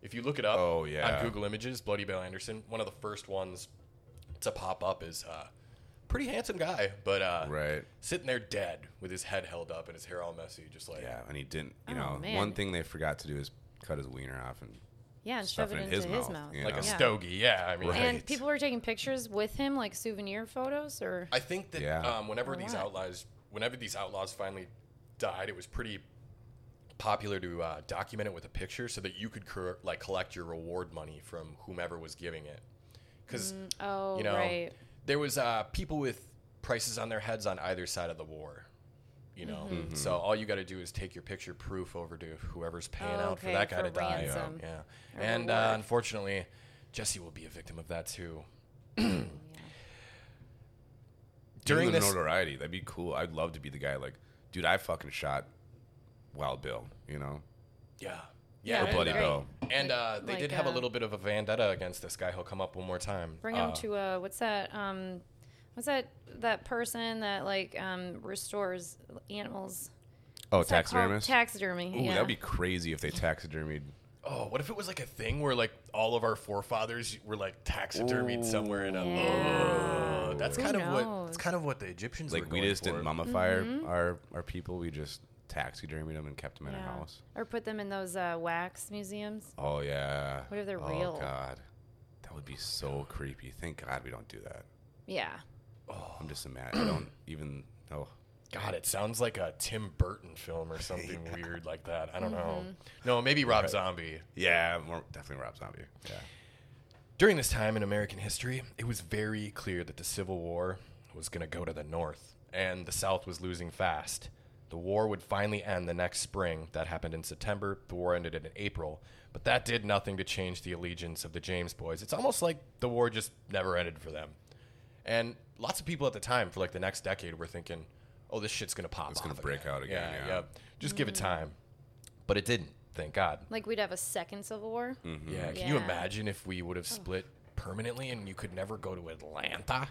[SPEAKER 1] if you look it up
[SPEAKER 2] Oh, yeah.
[SPEAKER 1] on Google Images, Bloody Bill Anderson, one of the first ones to pop up is uh, pretty handsome guy, but uh,
[SPEAKER 2] <laughs> Right.
[SPEAKER 1] sitting there dead with his head held up and his hair all messy, just like
[SPEAKER 2] Yeah, and he didn't. You
[SPEAKER 3] Oh,
[SPEAKER 2] know,
[SPEAKER 3] man.
[SPEAKER 2] one thing they forgot to do is cut his wiener off and
[SPEAKER 3] Yeah, and
[SPEAKER 2] stuff
[SPEAKER 3] shove it
[SPEAKER 2] it in
[SPEAKER 3] into
[SPEAKER 2] his
[SPEAKER 3] his,
[SPEAKER 2] mouth,
[SPEAKER 3] mouth.
[SPEAKER 2] you
[SPEAKER 1] like
[SPEAKER 2] know.
[SPEAKER 1] a
[SPEAKER 3] Yeah.
[SPEAKER 1] stogie. Yeah, I mean,
[SPEAKER 2] Right.
[SPEAKER 3] And people were taking pictures with him, like souvenir photos, or
[SPEAKER 1] I think that
[SPEAKER 2] Yeah.
[SPEAKER 1] um, whenever
[SPEAKER 3] Or
[SPEAKER 1] these
[SPEAKER 3] what?
[SPEAKER 1] outlaws, whenever these outlaws finally died, it was pretty popular to uh, document it with a picture so that you could cor- like collect your reward money from whomever was giving it. because
[SPEAKER 3] Oh,
[SPEAKER 1] you know
[SPEAKER 3] right.
[SPEAKER 1] there was uh, people with prices on their heads on either side of the war. You know,
[SPEAKER 3] Mm-hmm.
[SPEAKER 1] so all you got to do is take your picture proof over to whoever's paying
[SPEAKER 3] Oh,
[SPEAKER 1] out for
[SPEAKER 3] okay,
[SPEAKER 1] that guy
[SPEAKER 3] for
[SPEAKER 1] to die.
[SPEAKER 3] ransom.
[SPEAKER 1] Yeah,
[SPEAKER 3] Or
[SPEAKER 1] and uh,
[SPEAKER 3] reward.
[SPEAKER 1] unfortunately, Jesse will be a victim of that too. During
[SPEAKER 2] During the
[SPEAKER 1] this,
[SPEAKER 2] notoriety, that'd be cool. I'd love to be the guy like, dude, I fucking shot Wild Bill. You know,
[SPEAKER 1] yeah, yeah,
[SPEAKER 3] Yeah,
[SPEAKER 2] or
[SPEAKER 3] that'd
[SPEAKER 1] and,
[SPEAKER 2] Bloody
[SPEAKER 3] be great.
[SPEAKER 2] Bill.
[SPEAKER 1] and uh, they
[SPEAKER 3] Like,
[SPEAKER 1] did have a
[SPEAKER 3] uh,
[SPEAKER 1] little bit of a vendetta against this guy. He'll come up one more time.
[SPEAKER 3] Bring
[SPEAKER 1] Uh,
[SPEAKER 3] him to uh, what's that? Um, what's that? That person that like um restores animals.
[SPEAKER 2] Oh,
[SPEAKER 3] What's that called?
[SPEAKER 2] taxidermist.
[SPEAKER 3] Taxidermy.
[SPEAKER 2] Ooh,
[SPEAKER 3] yeah.
[SPEAKER 2] that'd be crazy if they taxidermied.
[SPEAKER 1] Oh, what if it was like a thing where like all of our forefathers were like taxidermied somewhere in a.
[SPEAKER 3] Yeah.
[SPEAKER 1] Oh, that's
[SPEAKER 3] Who
[SPEAKER 1] kind of what.
[SPEAKER 3] knows?
[SPEAKER 1] That's kind of what the Egyptians were
[SPEAKER 2] Like we
[SPEAKER 1] going
[SPEAKER 2] just didn't
[SPEAKER 1] for.
[SPEAKER 2] mummify
[SPEAKER 3] Mm-hmm.
[SPEAKER 2] our, our our people. We just taxidermied them and kept them in
[SPEAKER 3] Yeah.
[SPEAKER 2] our house.
[SPEAKER 3] Or put them in those uh, wax museums.
[SPEAKER 2] Oh yeah.
[SPEAKER 3] What if they're
[SPEAKER 2] oh,
[SPEAKER 3] real?
[SPEAKER 2] God, that would be so creepy. Thank God we don't do that.
[SPEAKER 3] Yeah.
[SPEAKER 2] I'm just
[SPEAKER 3] <clears throat>
[SPEAKER 2] imagining. I don't even. Oh,
[SPEAKER 1] God, it sounds like a Tim Burton film or
[SPEAKER 2] <laughs>
[SPEAKER 1] something weird like that. I don't
[SPEAKER 3] Mm-hmm.
[SPEAKER 1] know. No, maybe Rob Zombie.
[SPEAKER 2] yeah, more, definitely Rob Zombie. Yeah.
[SPEAKER 1] During this time in American history, it was very clear that the Civil War was going to go to the North, and the South was losing fast. The war would finally end the next spring. That happened in September. The war ended in April. But that did nothing to change the allegiance of the James boys. It's almost like the war just never ended for them. And lots of people at the time, for like the next decade, were thinking, oh, this shit's going to pop
[SPEAKER 2] It's gonna
[SPEAKER 1] off
[SPEAKER 2] break out again, yeah.
[SPEAKER 1] Just give it time. But it didn't, thank God.
[SPEAKER 3] Like we'd have a second Civil War.
[SPEAKER 2] Hmm.
[SPEAKER 1] Yeah, can you
[SPEAKER 3] Yeah.
[SPEAKER 1] imagine if we would have split permanently and you could never go to Atlanta?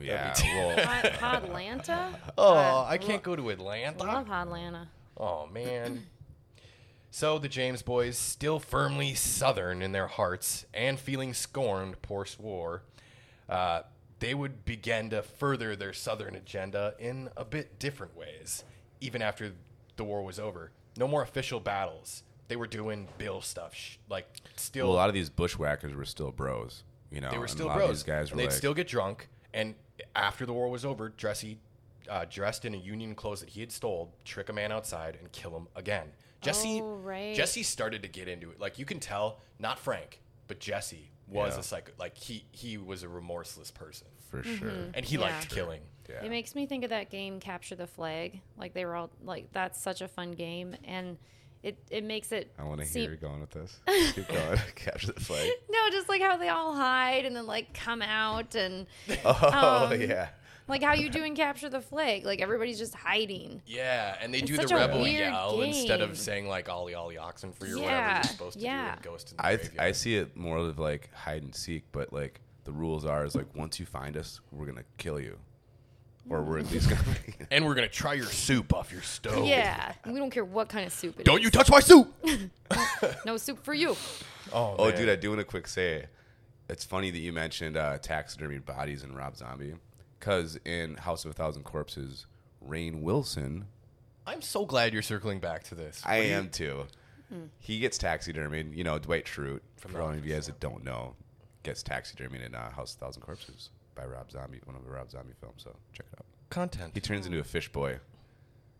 [SPEAKER 2] Yeah.
[SPEAKER 1] terrible. <laughs>
[SPEAKER 3] <laughs>
[SPEAKER 2] Well,
[SPEAKER 3] Hot Podlanta.
[SPEAKER 2] <laughs>
[SPEAKER 1] Oh, I can't go to Atlanta.
[SPEAKER 3] I love Podlanta.
[SPEAKER 1] Oh man. So the James boys, still firmly Southern in their hearts and feeling scorned post war, uh, they would begin to further their Southern agenda in a bit different ways. Even after the war was over, no more official battles. They were doing bill stuff, sh- like still
[SPEAKER 2] a lot of these bushwhackers were still bros. You know,
[SPEAKER 1] they were
[SPEAKER 2] Oh, and
[SPEAKER 1] still
[SPEAKER 2] a lot of
[SPEAKER 1] bros.
[SPEAKER 2] These guys were
[SPEAKER 1] and they'd
[SPEAKER 2] like,
[SPEAKER 1] still get drunk. And after the war was over, Dressy, uh, dressed in a Union clothes that he had stole, trick a man outside and kill him again. Jesse,
[SPEAKER 3] Oh, right.
[SPEAKER 1] Jesse started to get into it. Like you can tell, not Frank, but Jesse was
[SPEAKER 2] Yeah.
[SPEAKER 1] a psycho. Like he he was a remorseless person,
[SPEAKER 2] for
[SPEAKER 3] Mm-hmm.
[SPEAKER 2] sure.
[SPEAKER 1] and he
[SPEAKER 3] Yeah.
[SPEAKER 1] liked killing.
[SPEAKER 2] Yeah.
[SPEAKER 3] It makes me think of that game Capture the Flag. Like they were all like that's such a fun game and it it makes it
[SPEAKER 2] I want to
[SPEAKER 3] seem-
[SPEAKER 2] hear you going with
[SPEAKER 3] <laughs>
[SPEAKER 2] this. Keep going. <laughs> Capture the flag.
[SPEAKER 3] No, just like how they all hide and then like come out and
[SPEAKER 2] <laughs> Oh
[SPEAKER 3] Um,
[SPEAKER 2] yeah.
[SPEAKER 3] like how you do in Capture the Flag. Like everybody's just hiding.
[SPEAKER 1] Yeah, and they
[SPEAKER 3] It's
[SPEAKER 1] do the
[SPEAKER 3] such a
[SPEAKER 1] rebel
[SPEAKER 3] weird
[SPEAKER 1] yell instead
[SPEAKER 3] game.
[SPEAKER 1] of saying like "Ollie Ollie Oxen for your whatever
[SPEAKER 3] Yeah,
[SPEAKER 1] you're supposed to
[SPEAKER 3] yeah.
[SPEAKER 1] do." And ghost in the
[SPEAKER 2] I th-
[SPEAKER 1] graveyard.
[SPEAKER 2] I see it more of like hide and seek, but like the rules are is like once you find us, we're gonna kill you, or we're at least
[SPEAKER 3] <laughs>
[SPEAKER 2] gonna.
[SPEAKER 1] and we're gonna try your soup off your
[SPEAKER 2] Oh.
[SPEAKER 1] stove.
[SPEAKER 3] Yeah. We don't care what kind of soup it is.
[SPEAKER 1] Don't you touch my soup!
[SPEAKER 3] No soup for you.
[SPEAKER 1] Oh,
[SPEAKER 2] oh,
[SPEAKER 1] man.
[SPEAKER 2] dude, I do want to quick say, it's funny that you mentioned uh, taxidermied bodies and Rob Zombie, because in House of a Thousand Corpses, Rain Wilson
[SPEAKER 1] I'm so glad you're circling back to this.
[SPEAKER 2] I am too.
[SPEAKER 3] Hmm.
[SPEAKER 2] He gets taxidermied. You know, Dwight Schrute, for all of you guys that don't know, gets taxidermied in uh, House of Thousand Corpses by Rob Zombie, one of the Rob Zombie films. So check it out.
[SPEAKER 1] Content.
[SPEAKER 2] He turns into a fish boy.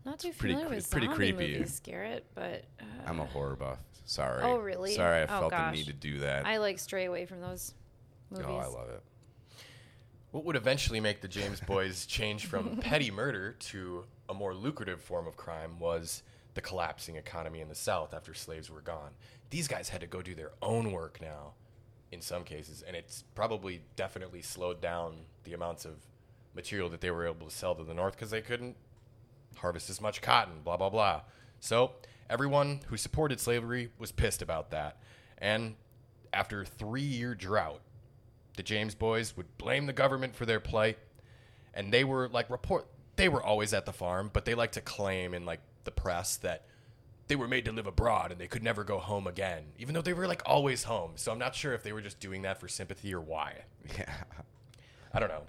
[SPEAKER 3] Not too
[SPEAKER 2] pretty
[SPEAKER 3] familiar
[SPEAKER 2] cre-
[SPEAKER 3] with
[SPEAKER 2] pretty
[SPEAKER 3] zombie
[SPEAKER 2] creepy.
[SPEAKER 3] movies, Garrett, but uh,
[SPEAKER 2] I'm a horror buff. Sorry.
[SPEAKER 3] Oh, really?
[SPEAKER 2] Sorry, I
[SPEAKER 3] Oh,
[SPEAKER 2] felt
[SPEAKER 3] gosh.
[SPEAKER 2] the need to do that.
[SPEAKER 3] I like stray away from those movies.
[SPEAKER 2] oh, I love it.
[SPEAKER 1] What would eventually make the James boys change from petty murder to a more lucrative form of crime was the collapsing economy in the South after slaves were gone. These guys had to go do their own work now, in some cases, and it's probably definitely slowed down the amounts of material that they were able to sell to the North because they couldn't harvest as much cotton, blah, blah, blah. So everyone who supported slavery was pissed about that. And after a three year drought, the James boys would blame the government for their plight. And they were like report they were always at the farm, but they like to claim in like the press that they were made to live abroad and they could never go home again, even though they were like always home. So I'm not sure if they were just doing that for sympathy or why.
[SPEAKER 2] Yeah.
[SPEAKER 1] I don't know.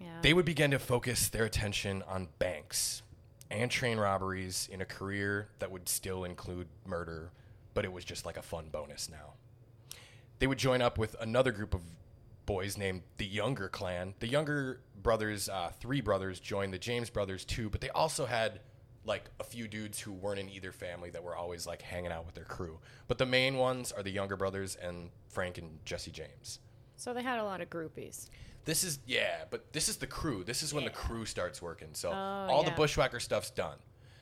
[SPEAKER 3] Yeah.
[SPEAKER 1] They would begin to focus their attention on banks and train robberies in a career that would still include murder, but it was just like a fun bonus now. They would join up with another group of boys named the Younger Clan. The Younger brothers, uh, three brothers, joined the James brothers too, but they also had like a few dudes who weren't in either family that were always like hanging out with their crew. But the main ones are the Younger brothers and Frank and Jesse James.
[SPEAKER 3] So they had a lot of groupies.
[SPEAKER 1] This is yeah, but this is the crew. This is when the crew starts working. So all the
[SPEAKER 3] yeah.
[SPEAKER 1] bushwhacker stuff's done.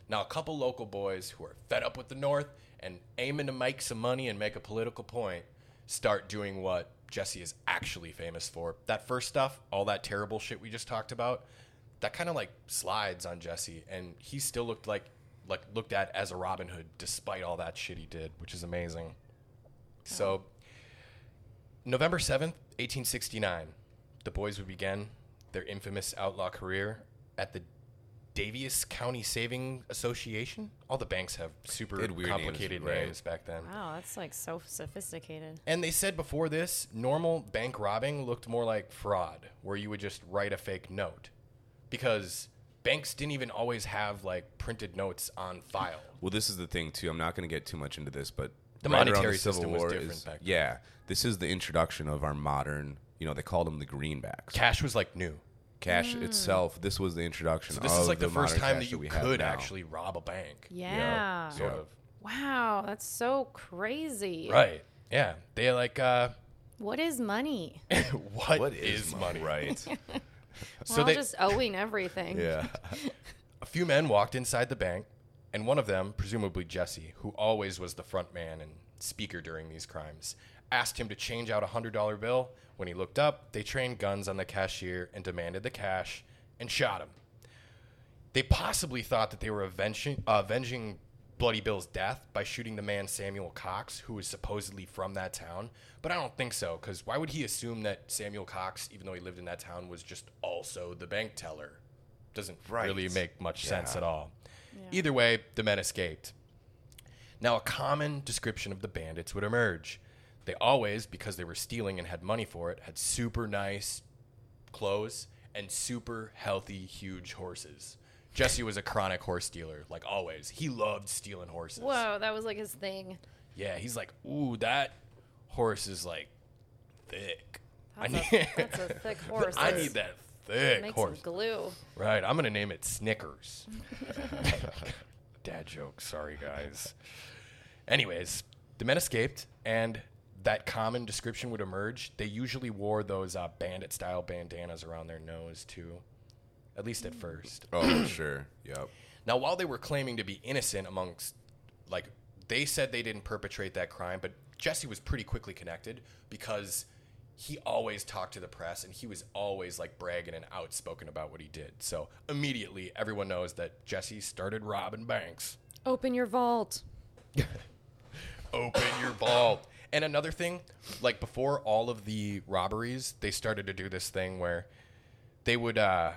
[SPEAKER 1] Now a couple local boys who are fed up with the North and aiming to make some money and make a political point start doing what Jesse is actually famous for. That first stuff, all that terrible shit we just talked about, that kind of like slides on Jesse, and he still looked like like looked at as a Robin Hood despite all that shit he did, which is amazing. So November 7th, 1869, the boys would begin their infamous outlaw career at the Daviess County Saving Association. All the banks have super
[SPEAKER 2] They had weird names,
[SPEAKER 1] complicated names,
[SPEAKER 2] right?
[SPEAKER 1] back then.
[SPEAKER 3] Wow, that's like so sophisticated.
[SPEAKER 1] And they said before this, normal bank robbing looked more like fraud, where you would just write a fake note. Because banks didn't even always have like printed notes on file.
[SPEAKER 2] Well, this is the thing too. I'm not going to get too much into this, but
[SPEAKER 1] The
[SPEAKER 2] around
[SPEAKER 1] monetary system was different
[SPEAKER 2] is,
[SPEAKER 1] back then.
[SPEAKER 2] Yeah, this is the introduction of our modern. You know, they called them the greenbacks.
[SPEAKER 1] Cash was like new.
[SPEAKER 2] cash
[SPEAKER 3] Mm.
[SPEAKER 2] itself. This was the introduction.
[SPEAKER 1] So this
[SPEAKER 2] of
[SPEAKER 1] is like the, first
[SPEAKER 2] modern
[SPEAKER 1] time
[SPEAKER 2] cash
[SPEAKER 1] that you
[SPEAKER 2] we have
[SPEAKER 1] could
[SPEAKER 2] now.
[SPEAKER 1] actually rob a bank. you know,
[SPEAKER 3] Yeah.
[SPEAKER 1] sort
[SPEAKER 2] Yeah.
[SPEAKER 1] of.
[SPEAKER 3] Wow, that's so crazy.
[SPEAKER 1] Right. Yeah. They like uh <laughs>
[SPEAKER 3] What is money?
[SPEAKER 1] what is, <laughs> money?
[SPEAKER 2] Right.
[SPEAKER 3] We're
[SPEAKER 1] So
[SPEAKER 3] all
[SPEAKER 1] they-
[SPEAKER 3] just owing
[SPEAKER 2] <laughs>
[SPEAKER 3] everything.
[SPEAKER 2] yeah.
[SPEAKER 1] A few men walked inside the bank, and one of them, presumably Jesse, who always was the front man and speaker during these crimes, asked him to change out a hundred dollar bill. When he looked up, they trained guns on the cashier and demanded the cash and shot him. They possibly thought that they were avenging, uh, avenging Bloody Bill's death by shooting the man Samuel Cox, who was supposedly from that town, but I don't think so, because why would he assume that Samuel Cox, even though he lived in that town, was just also the bank teller? Doesn't really
[SPEAKER 2] Right.
[SPEAKER 1] make much sense
[SPEAKER 2] Yeah.
[SPEAKER 1] at all. Either way, the men escaped. Now, a common description of the bandits would emerge. They always, because they were stealing and had money for it, had super nice clothes and super healthy, huge horses. Jesse was a chronic horse dealer, like always. He loved stealing horses.
[SPEAKER 3] Whoa, that was like his thing.
[SPEAKER 1] Yeah, he's like, ooh, that horse is like thick.
[SPEAKER 3] That's,
[SPEAKER 1] I need,
[SPEAKER 3] a, that's a thick horse.
[SPEAKER 1] <laughs> I
[SPEAKER 3] That's-
[SPEAKER 1] need that thick
[SPEAKER 3] Make
[SPEAKER 1] horse.
[SPEAKER 3] some glue.
[SPEAKER 1] Right, I'm gonna name it Snickers. Dad joke, sorry guys. Anyways, the men escaped, and that common description would emerge. They usually wore those uh, bandit-style bandanas around their nose too, at least at first.
[SPEAKER 2] Oh, sure. Yep.
[SPEAKER 1] Now, while they were claiming to be innocent amongst, like, they said they didn't perpetrate that crime, but Jesse was pretty quickly connected because he always talked to the press and he was always, like, bragging and outspoken about what he did. So immediately, everyone knows that Jesse started robbing banks.
[SPEAKER 3] Open your vault.
[SPEAKER 1] Open your vault. And another thing, like, before all of the robberies, they started to do this thing where they would, uh,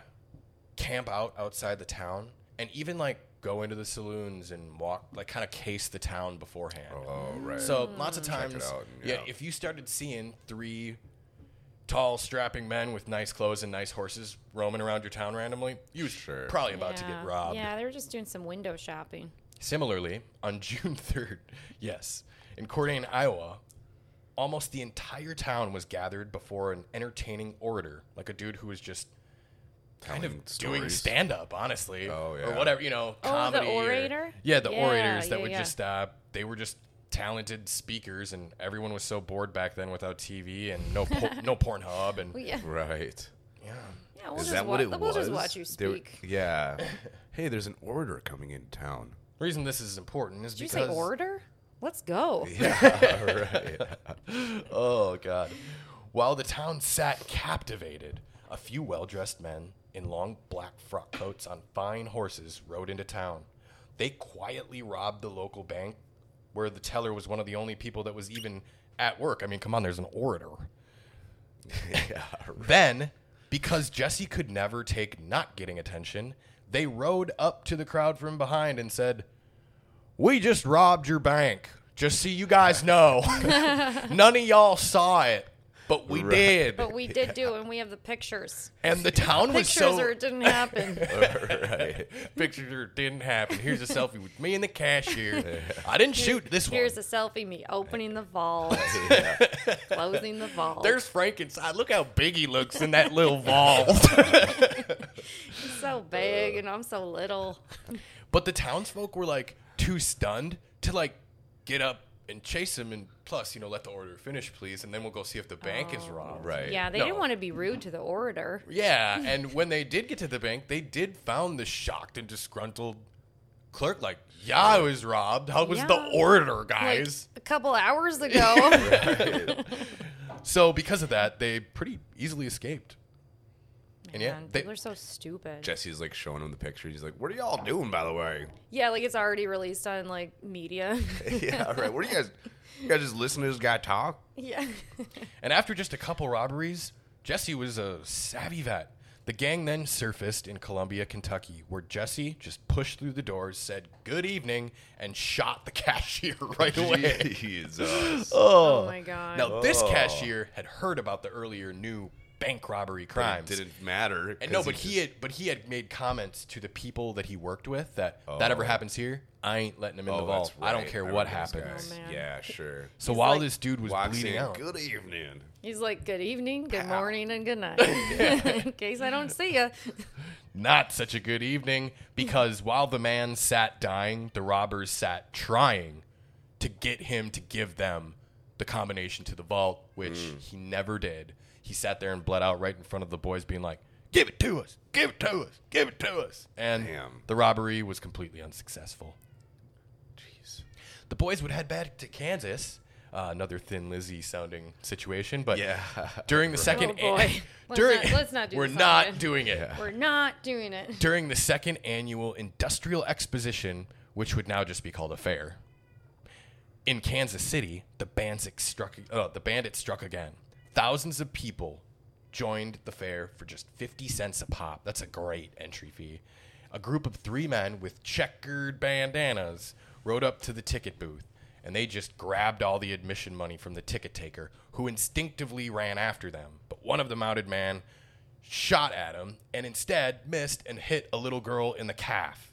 [SPEAKER 1] camp out outside the town and even like go into the saloons and walk like kind of case the town beforehand.
[SPEAKER 2] Oh,
[SPEAKER 3] Mm.
[SPEAKER 2] right.
[SPEAKER 1] So lots of times,
[SPEAKER 2] out,
[SPEAKER 1] yeah.
[SPEAKER 2] yeah.
[SPEAKER 1] if you started seeing three tall, strapping men with nice clothes and nice horses roaming around your town randomly, you was
[SPEAKER 2] Sure.
[SPEAKER 1] probably about to
[SPEAKER 3] Yeah.
[SPEAKER 1] get robbed.
[SPEAKER 3] Yeah, they were just doing some window shopping.
[SPEAKER 1] Similarly, on <laughs> June 3rd, yes, in Coeur d'Alene, Iowa, almost the entire town was gathered before an entertaining orator, like a dude who was just kind of
[SPEAKER 2] Telling
[SPEAKER 1] doing
[SPEAKER 2] stories.
[SPEAKER 1] stand up, honestly.
[SPEAKER 2] Oh,
[SPEAKER 1] Or
[SPEAKER 2] yeah.
[SPEAKER 1] whatever, you know,
[SPEAKER 3] Oh, the
[SPEAKER 1] comedy. or-
[SPEAKER 3] orator?
[SPEAKER 1] yeah, the
[SPEAKER 3] Yeah,
[SPEAKER 1] orators that
[SPEAKER 3] yeah,
[SPEAKER 1] would
[SPEAKER 3] yeah.
[SPEAKER 1] just, uh, they were just talented speakers, and everyone was so bored back then without TV and no, por- <laughs> no Pornhub. And
[SPEAKER 3] Well, yeah,
[SPEAKER 2] Right.
[SPEAKER 1] yeah.
[SPEAKER 3] yeah. We'll
[SPEAKER 2] is
[SPEAKER 3] just
[SPEAKER 2] that
[SPEAKER 3] wa-
[SPEAKER 2] what it
[SPEAKER 3] we'll
[SPEAKER 2] was?
[SPEAKER 3] just watch you
[SPEAKER 2] They were-
[SPEAKER 3] speak. <laughs>
[SPEAKER 2] yeah. hey, there's an order coming in town.
[SPEAKER 1] The reason this is important is
[SPEAKER 3] Did you
[SPEAKER 1] because.
[SPEAKER 3] say order?
[SPEAKER 1] <laughs>
[SPEAKER 3] Let's go.
[SPEAKER 2] Yeah. right.
[SPEAKER 1] oh god while the town sat captivated a few well-dressed men in long black frock coats on fine horses rode into town they quietly robbed the local bank where the teller was one of the only people that was even at work i mean come on there's an orator
[SPEAKER 2] yeah.
[SPEAKER 1] then, because Jesse could never take not getting attention, they rode up to the crowd from behind and said, We just robbed your bank. Just so you guys know, <laughs> none of y'all saw it, but we
[SPEAKER 2] Right.
[SPEAKER 1] did.
[SPEAKER 3] But we did do, and we have
[SPEAKER 1] <laughs>
[SPEAKER 3] the pictures.
[SPEAKER 1] and the town was
[SPEAKER 3] Pictures
[SPEAKER 1] so. <laughs>
[SPEAKER 3] or it didn't happen.
[SPEAKER 2] right.
[SPEAKER 1] Picture didn't happen. Here's a selfie with me and the cashier. I didn't shoot this one.
[SPEAKER 3] Here's a selfie me opening
[SPEAKER 1] <laughs>
[SPEAKER 3] the vault, closing the vault.
[SPEAKER 1] There's Frank inside. Look how big he looks in that little vault.
[SPEAKER 3] so
[SPEAKER 1] uh,
[SPEAKER 3] big, and I'm so little.
[SPEAKER 1] But the townsfolk were like too stunned to like get up and chase him, and plus, you know, let the order finish, please, and then we'll go see if the bank is
[SPEAKER 3] Oh.
[SPEAKER 1] robbed.
[SPEAKER 2] Right.
[SPEAKER 3] Yeah, they
[SPEAKER 1] No.
[SPEAKER 3] didn't want to be rude to the orator. <laughs>
[SPEAKER 1] Yeah, and when they did get to the bank, they did found the shocked and disgruntled clerk. Like, yeah, I was robbed. How was the
[SPEAKER 3] Yeah.
[SPEAKER 1] orator,
[SPEAKER 3] Like,
[SPEAKER 1] guys?
[SPEAKER 3] a
[SPEAKER 1] <laughs>
[SPEAKER 3] couple hours ago.
[SPEAKER 1] So because of that, they pretty easily escaped. And yeah,
[SPEAKER 3] <laughs> Man,
[SPEAKER 1] they,
[SPEAKER 3] people are so stupid.
[SPEAKER 2] Jesse's like showing him the picture. He's like, "What are y'all doing, by the way?"
[SPEAKER 3] yeah, like it's already released on like media. <laughs>
[SPEAKER 2] <laughs> yeah, right. What are you guys? You guys just listen to this guy <laughs> talk?
[SPEAKER 1] <laughs>
[SPEAKER 3] yeah.
[SPEAKER 1] and after just a couple robberies, Jesse was a savvy vet. The gang then surfaced in Columbia, Kentucky, where Jesse just pushed through the doors, said "Good evening," and shot the <laughs> cashier right away.
[SPEAKER 2] <laughs> Jesus.
[SPEAKER 3] Oh, my god.
[SPEAKER 1] Now this
[SPEAKER 2] Oh.
[SPEAKER 1] cashier had heard about the earlier new bank robbery crimes.
[SPEAKER 2] didn't matter.
[SPEAKER 1] And no,
[SPEAKER 2] 'cause
[SPEAKER 1] but he
[SPEAKER 2] just-
[SPEAKER 1] had but he had made comments to the people that he worked with that that ever
[SPEAKER 2] Oh.
[SPEAKER 1] happens here. I ain't letting him in the
[SPEAKER 2] <laughs> Oh, that's
[SPEAKER 1] vault. I don't
[SPEAKER 2] right.
[SPEAKER 1] care what
[SPEAKER 2] remember
[SPEAKER 1] happens.
[SPEAKER 2] this guy.
[SPEAKER 3] Oh, man.
[SPEAKER 2] yeah, <laughs> sure.
[SPEAKER 1] So while
[SPEAKER 3] like-
[SPEAKER 1] this dude was
[SPEAKER 2] Walks
[SPEAKER 1] bleeding
[SPEAKER 2] in,
[SPEAKER 1] out,
[SPEAKER 2] Good evening.
[SPEAKER 3] He's like, "Good evening, good morning, and
[SPEAKER 1] <laughs>
[SPEAKER 3] good night." <laughs> In case I don't see you.
[SPEAKER 1] not such a good evening because while the man sat dying, the robbers sat trying to get him to give them the combination to the vault, which
[SPEAKER 2] Mm.
[SPEAKER 1] he never did. He sat there and bled out right in front of the boys, being like, "Give it to us! Give it to us! Give it to us!" And
[SPEAKER 2] Damn.
[SPEAKER 1] the robbery was completely unsuccessful. The boys would head back to Kansas. Uh, another Thin Lizzy sounding situation, but
[SPEAKER 2] <laughs> Yeah.
[SPEAKER 1] during the second,
[SPEAKER 3] Oh, boy. Let's
[SPEAKER 1] during
[SPEAKER 3] not- let's not do
[SPEAKER 1] <laughs> we're
[SPEAKER 3] this
[SPEAKER 1] not
[SPEAKER 3] again.
[SPEAKER 1] doing it.
[SPEAKER 3] We're not doing it.
[SPEAKER 1] During the second annual industrial exposition, which would now just be called a fair, in Kansas City, the bandits struck. Uh, the bandits struck again. Thousands of people joined the fair for just fifty cents a pop. That's a great entry fee. A group of three men with checkered bandanas rode up to the ticket booth, and they just grabbed all the admission money from the ticket taker, who instinctively ran after them. But one of the mounted man shot at him, and instead missed and hit a little girl in the calf.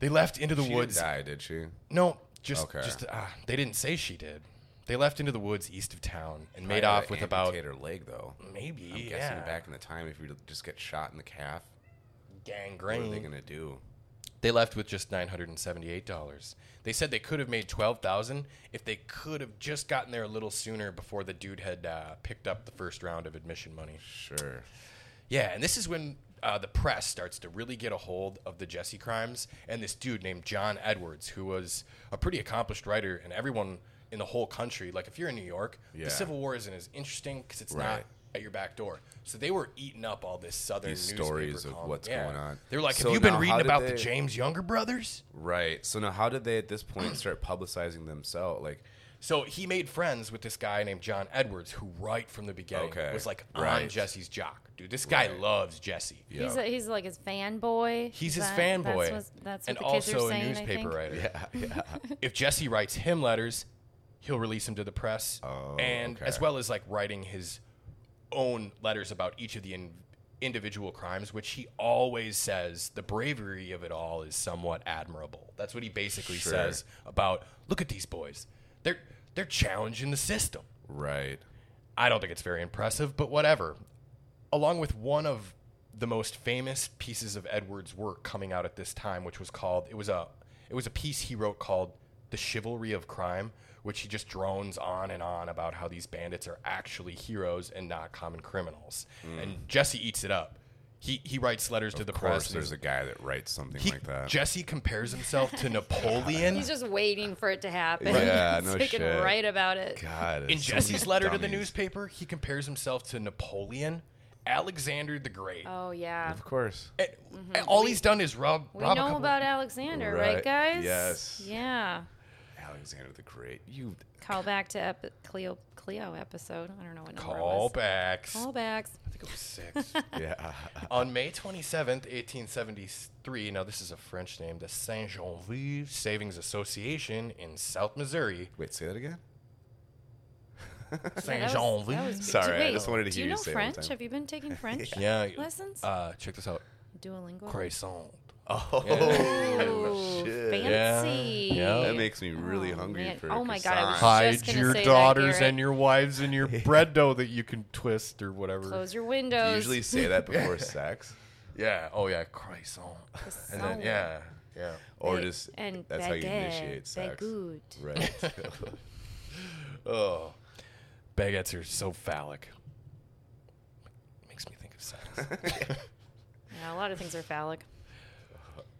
[SPEAKER 1] They left into the
[SPEAKER 2] She didn't
[SPEAKER 1] woods.
[SPEAKER 2] die, did she?
[SPEAKER 1] No, just
[SPEAKER 2] Okay.
[SPEAKER 1] just uh, they didn't say she did. They left into the woods east of town and made
[SPEAKER 2] Probably
[SPEAKER 1] off
[SPEAKER 2] had
[SPEAKER 1] with
[SPEAKER 2] to
[SPEAKER 1] about
[SPEAKER 2] amputate her leg though.
[SPEAKER 1] maybe
[SPEAKER 2] I'm guessing
[SPEAKER 1] yeah,
[SPEAKER 2] back in the time, if you just get shot in the calf, what are
[SPEAKER 1] gangrene.
[SPEAKER 2] they
[SPEAKER 1] They,
[SPEAKER 2] gonna do?
[SPEAKER 1] left with just nine hundred and seventy-eight dollars. They said they could have made twelve thousand if they could have just gotten there a little sooner before the dude had uh, picked up the first round of admission money.
[SPEAKER 2] Sure.
[SPEAKER 1] Yeah, and this is when uh, the press starts to really get a hold of the Jesse crimes and this dude named John Edwards, who was a pretty accomplished writer, and everyone in the whole country, like if you're in New York,
[SPEAKER 2] Yeah.
[SPEAKER 1] the Civil War isn't as interesting because it's not
[SPEAKER 2] Right.
[SPEAKER 1] at your back door. So they were eating up all this southern
[SPEAKER 2] These
[SPEAKER 1] newspaper
[SPEAKER 2] stories of
[SPEAKER 1] column.
[SPEAKER 2] what's
[SPEAKER 1] Yeah.
[SPEAKER 2] going on.
[SPEAKER 1] They were like,
[SPEAKER 2] So
[SPEAKER 1] "Have you
[SPEAKER 2] now
[SPEAKER 1] been
[SPEAKER 2] how
[SPEAKER 1] reading
[SPEAKER 2] did
[SPEAKER 1] about
[SPEAKER 2] they-
[SPEAKER 1] the James Younger brothers?"
[SPEAKER 2] Right. So now, how did they at this point start publicizing themselves? Like,
[SPEAKER 1] So he made friends with this guy named John Edwards, who right from the beginning
[SPEAKER 2] Okay.
[SPEAKER 1] was like on
[SPEAKER 2] Right.
[SPEAKER 1] Jesse's jock. Dude, this guy
[SPEAKER 2] Right.
[SPEAKER 1] loves Jesse.
[SPEAKER 3] He's a, he's like his fanboy.
[SPEAKER 1] He's
[SPEAKER 3] Is
[SPEAKER 1] his
[SPEAKER 3] that-
[SPEAKER 1] fanboy.
[SPEAKER 3] That's what, that's what
[SPEAKER 1] and
[SPEAKER 3] the kids
[SPEAKER 1] also
[SPEAKER 3] are saying,
[SPEAKER 1] a newspaper
[SPEAKER 3] I think.
[SPEAKER 1] writer. Yeah, yeah. <laughs> if Jesse writes him letters, he'll release them to the press.
[SPEAKER 2] Oh,
[SPEAKER 1] and
[SPEAKER 2] okay.
[SPEAKER 1] as well as like writing his own letters about each of the in- individual crimes, which he always says the bravery of it all is somewhat admirable. That's what he basically
[SPEAKER 2] Sure.
[SPEAKER 1] says about look at these boys. They're they're challenging the system.
[SPEAKER 2] right.
[SPEAKER 1] I don't think it's very impressive, but whatever. Along with one of the most famous pieces of Edwards' work coming out at this time, which was called it was a it was a piece he wrote called "The Chivalry of Crime," which he just drones on and on about how these bandits are actually heroes and not common criminals. And Jesse eats it up. He he writes letters to the
[SPEAKER 2] Hmm. Of course,
[SPEAKER 1] press. and
[SPEAKER 2] there's a
[SPEAKER 1] he's-
[SPEAKER 2] guy that writes something
[SPEAKER 1] he-
[SPEAKER 2] like that.
[SPEAKER 1] Jesse compares himself
[SPEAKER 2] <laughs>
[SPEAKER 1] to Napoleon.
[SPEAKER 3] He's just waiting for it to happen. <laughs>
[SPEAKER 2] Yeah,
[SPEAKER 3] so
[SPEAKER 2] no
[SPEAKER 3] he can
[SPEAKER 2] shit.
[SPEAKER 3] write about it.
[SPEAKER 2] God.
[SPEAKER 1] In
[SPEAKER 2] it's so
[SPEAKER 1] Jesse's
[SPEAKER 2] many
[SPEAKER 1] letter to the
[SPEAKER 2] dummies.
[SPEAKER 1] newspaper, he compares himself to Napoleon, Alexander the Great.
[SPEAKER 3] Oh yeah.
[SPEAKER 2] Of course.
[SPEAKER 1] And- and Eh, all he's done is rob.
[SPEAKER 3] Mm-hmm. We
[SPEAKER 1] rob a
[SPEAKER 3] know
[SPEAKER 1] couple-
[SPEAKER 3] about Alexander, right.
[SPEAKER 2] Right.
[SPEAKER 3] guys?
[SPEAKER 2] Yes.
[SPEAKER 3] Yeah.
[SPEAKER 2] Alexander the Great. You.
[SPEAKER 3] Call back to ep- Cleo Cleo episode. I don't know what number it
[SPEAKER 1] callbacks.
[SPEAKER 3] was. Callbacks.
[SPEAKER 1] I think it was six.
[SPEAKER 3] <laughs>
[SPEAKER 2] Yeah.
[SPEAKER 1] On May 27th, 1873, now this is a French name, the Saint Genevieve Savings Association in South Missouri.
[SPEAKER 2] Wait, say
[SPEAKER 1] <laughs>
[SPEAKER 2] that again.
[SPEAKER 1] Saint
[SPEAKER 3] that was- that was
[SPEAKER 1] Genevieve.
[SPEAKER 3] big.
[SPEAKER 2] Sorry, I
[SPEAKER 3] Wait,
[SPEAKER 2] just wanted to
[SPEAKER 3] do
[SPEAKER 2] hear
[SPEAKER 3] you
[SPEAKER 2] you
[SPEAKER 3] know
[SPEAKER 2] say it one
[SPEAKER 3] French?
[SPEAKER 2] time.
[SPEAKER 3] Have you
[SPEAKER 2] <laughs>
[SPEAKER 3] been taking French
[SPEAKER 1] Yeah.
[SPEAKER 3] lessons?
[SPEAKER 1] Uh, check this out.
[SPEAKER 3] Duolingo.
[SPEAKER 1] Croissant.
[SPEAKER 2] Oh,
[SPEAKER 3] Ooh,
[SPEAKER 2] shit.
[SPEAKER 3] fancy.
[SPEAKER 1] Yeah.
[SPEAKER 2] That makes me really
[SPEAKER 3] Oh,
[SPEAKER 2] hungry
[SPEAKER 3] man.
[SPEAKER 2] for.
[SPEAKER 3] Oh my God, I was
[SPEAKER 2] croissant.
[SPEAKER 3] Hi. Just
[SPEAKER 1] Hide
[SPEAKER 3] gonna
[SPEAKER 1] your
[SPEAKER 3] say that,
[SPEAKER 1] daughters
[SPEAKER 3] Garrett.
[SPEAKER 1] and your wives and
[SPEAKER 3] <laughs>
[SPEAKER 1] your bread dough that you can twist or whatever.
[SPEAKER 3] Close your
[SPEAKER 2] Do you
[SPEAKER 3] <laughs> windows.
[SPEAKER 2] usually say that before sex.
[SPEAKER 1] Yeah. Oh yeah. Croissant. And then
[SPEAKER 3] Croissant.
[SPEAKER 1] yeah. Yeah.
[SPEAKER 2] or
[SPEAKER 3] Ba-
[SPEAKER 2] just
[SPEAKER 3] and
[SPEAKER 2] that's how you
[SPEAKER 3] baguette,
[SPEAKER 2] initiate sex.
[SPEAKER 3] bagood.
[SPEAKER 2] Right. <laughs>
[SPEAKER 1] Oh, baguettes are so phallic. Makes me think of sex.
[SPEAKER 3] Yeah, a lot of things are phallic.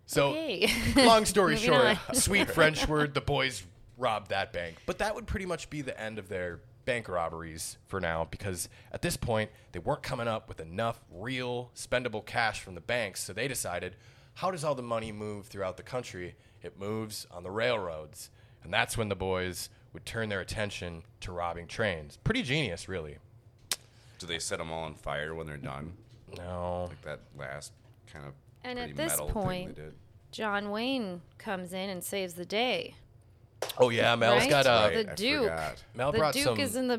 [SPEAKER 1] so,
[SPEAKER 3] Okay.
[SPEAKER 1] <laughs> long story
[SPEAKER 3] Moving
[SPEAKER 1] short,
[SPEAKER 3] on.
[SPEAKER 1] sweet French word, the boys robbed that bank. But that would pretty much be the end of their bank robberies for now because at this point, they weren't coming up with enough real spendable cash from the banks. So, they decided how does all the money move throughout the country? It moves on the railroads. And that's when the boys would turn their attention to robbing trains. Pretty genius, really.
[SPEAKER 2] Do they set them all on fire when they're done?
[SPEAKER 1] No.
[SPEAKER 2] Like that last kind of
[SPEAKER 3] <laughs> And
[SPEAKER 2] pretty
[SPEAKER 3] at this
[SPEAKER 2] metal thing
[SPEAKER 3] point-
[SPEAKER 2] they did.
[SPEAKER 3] John Wayne comes in and saves the day.
[SPEAKER 1] Oh yeah, Mel's
[SPEAKER 3] Right?
[SPEAKER 1] got a
[SPEAKER 3] The
[SPEAKER 2] I
[SPEAKER 3] Duke.
[SPEAKER 2] forgot.
[SPEAKER 1] Mel
[SPEAKER 3] the
[SPEAKER 1] brought
[SPEAKER 3] Duke
[SPEAKER 1] some.
[SPEAKER 3] is in the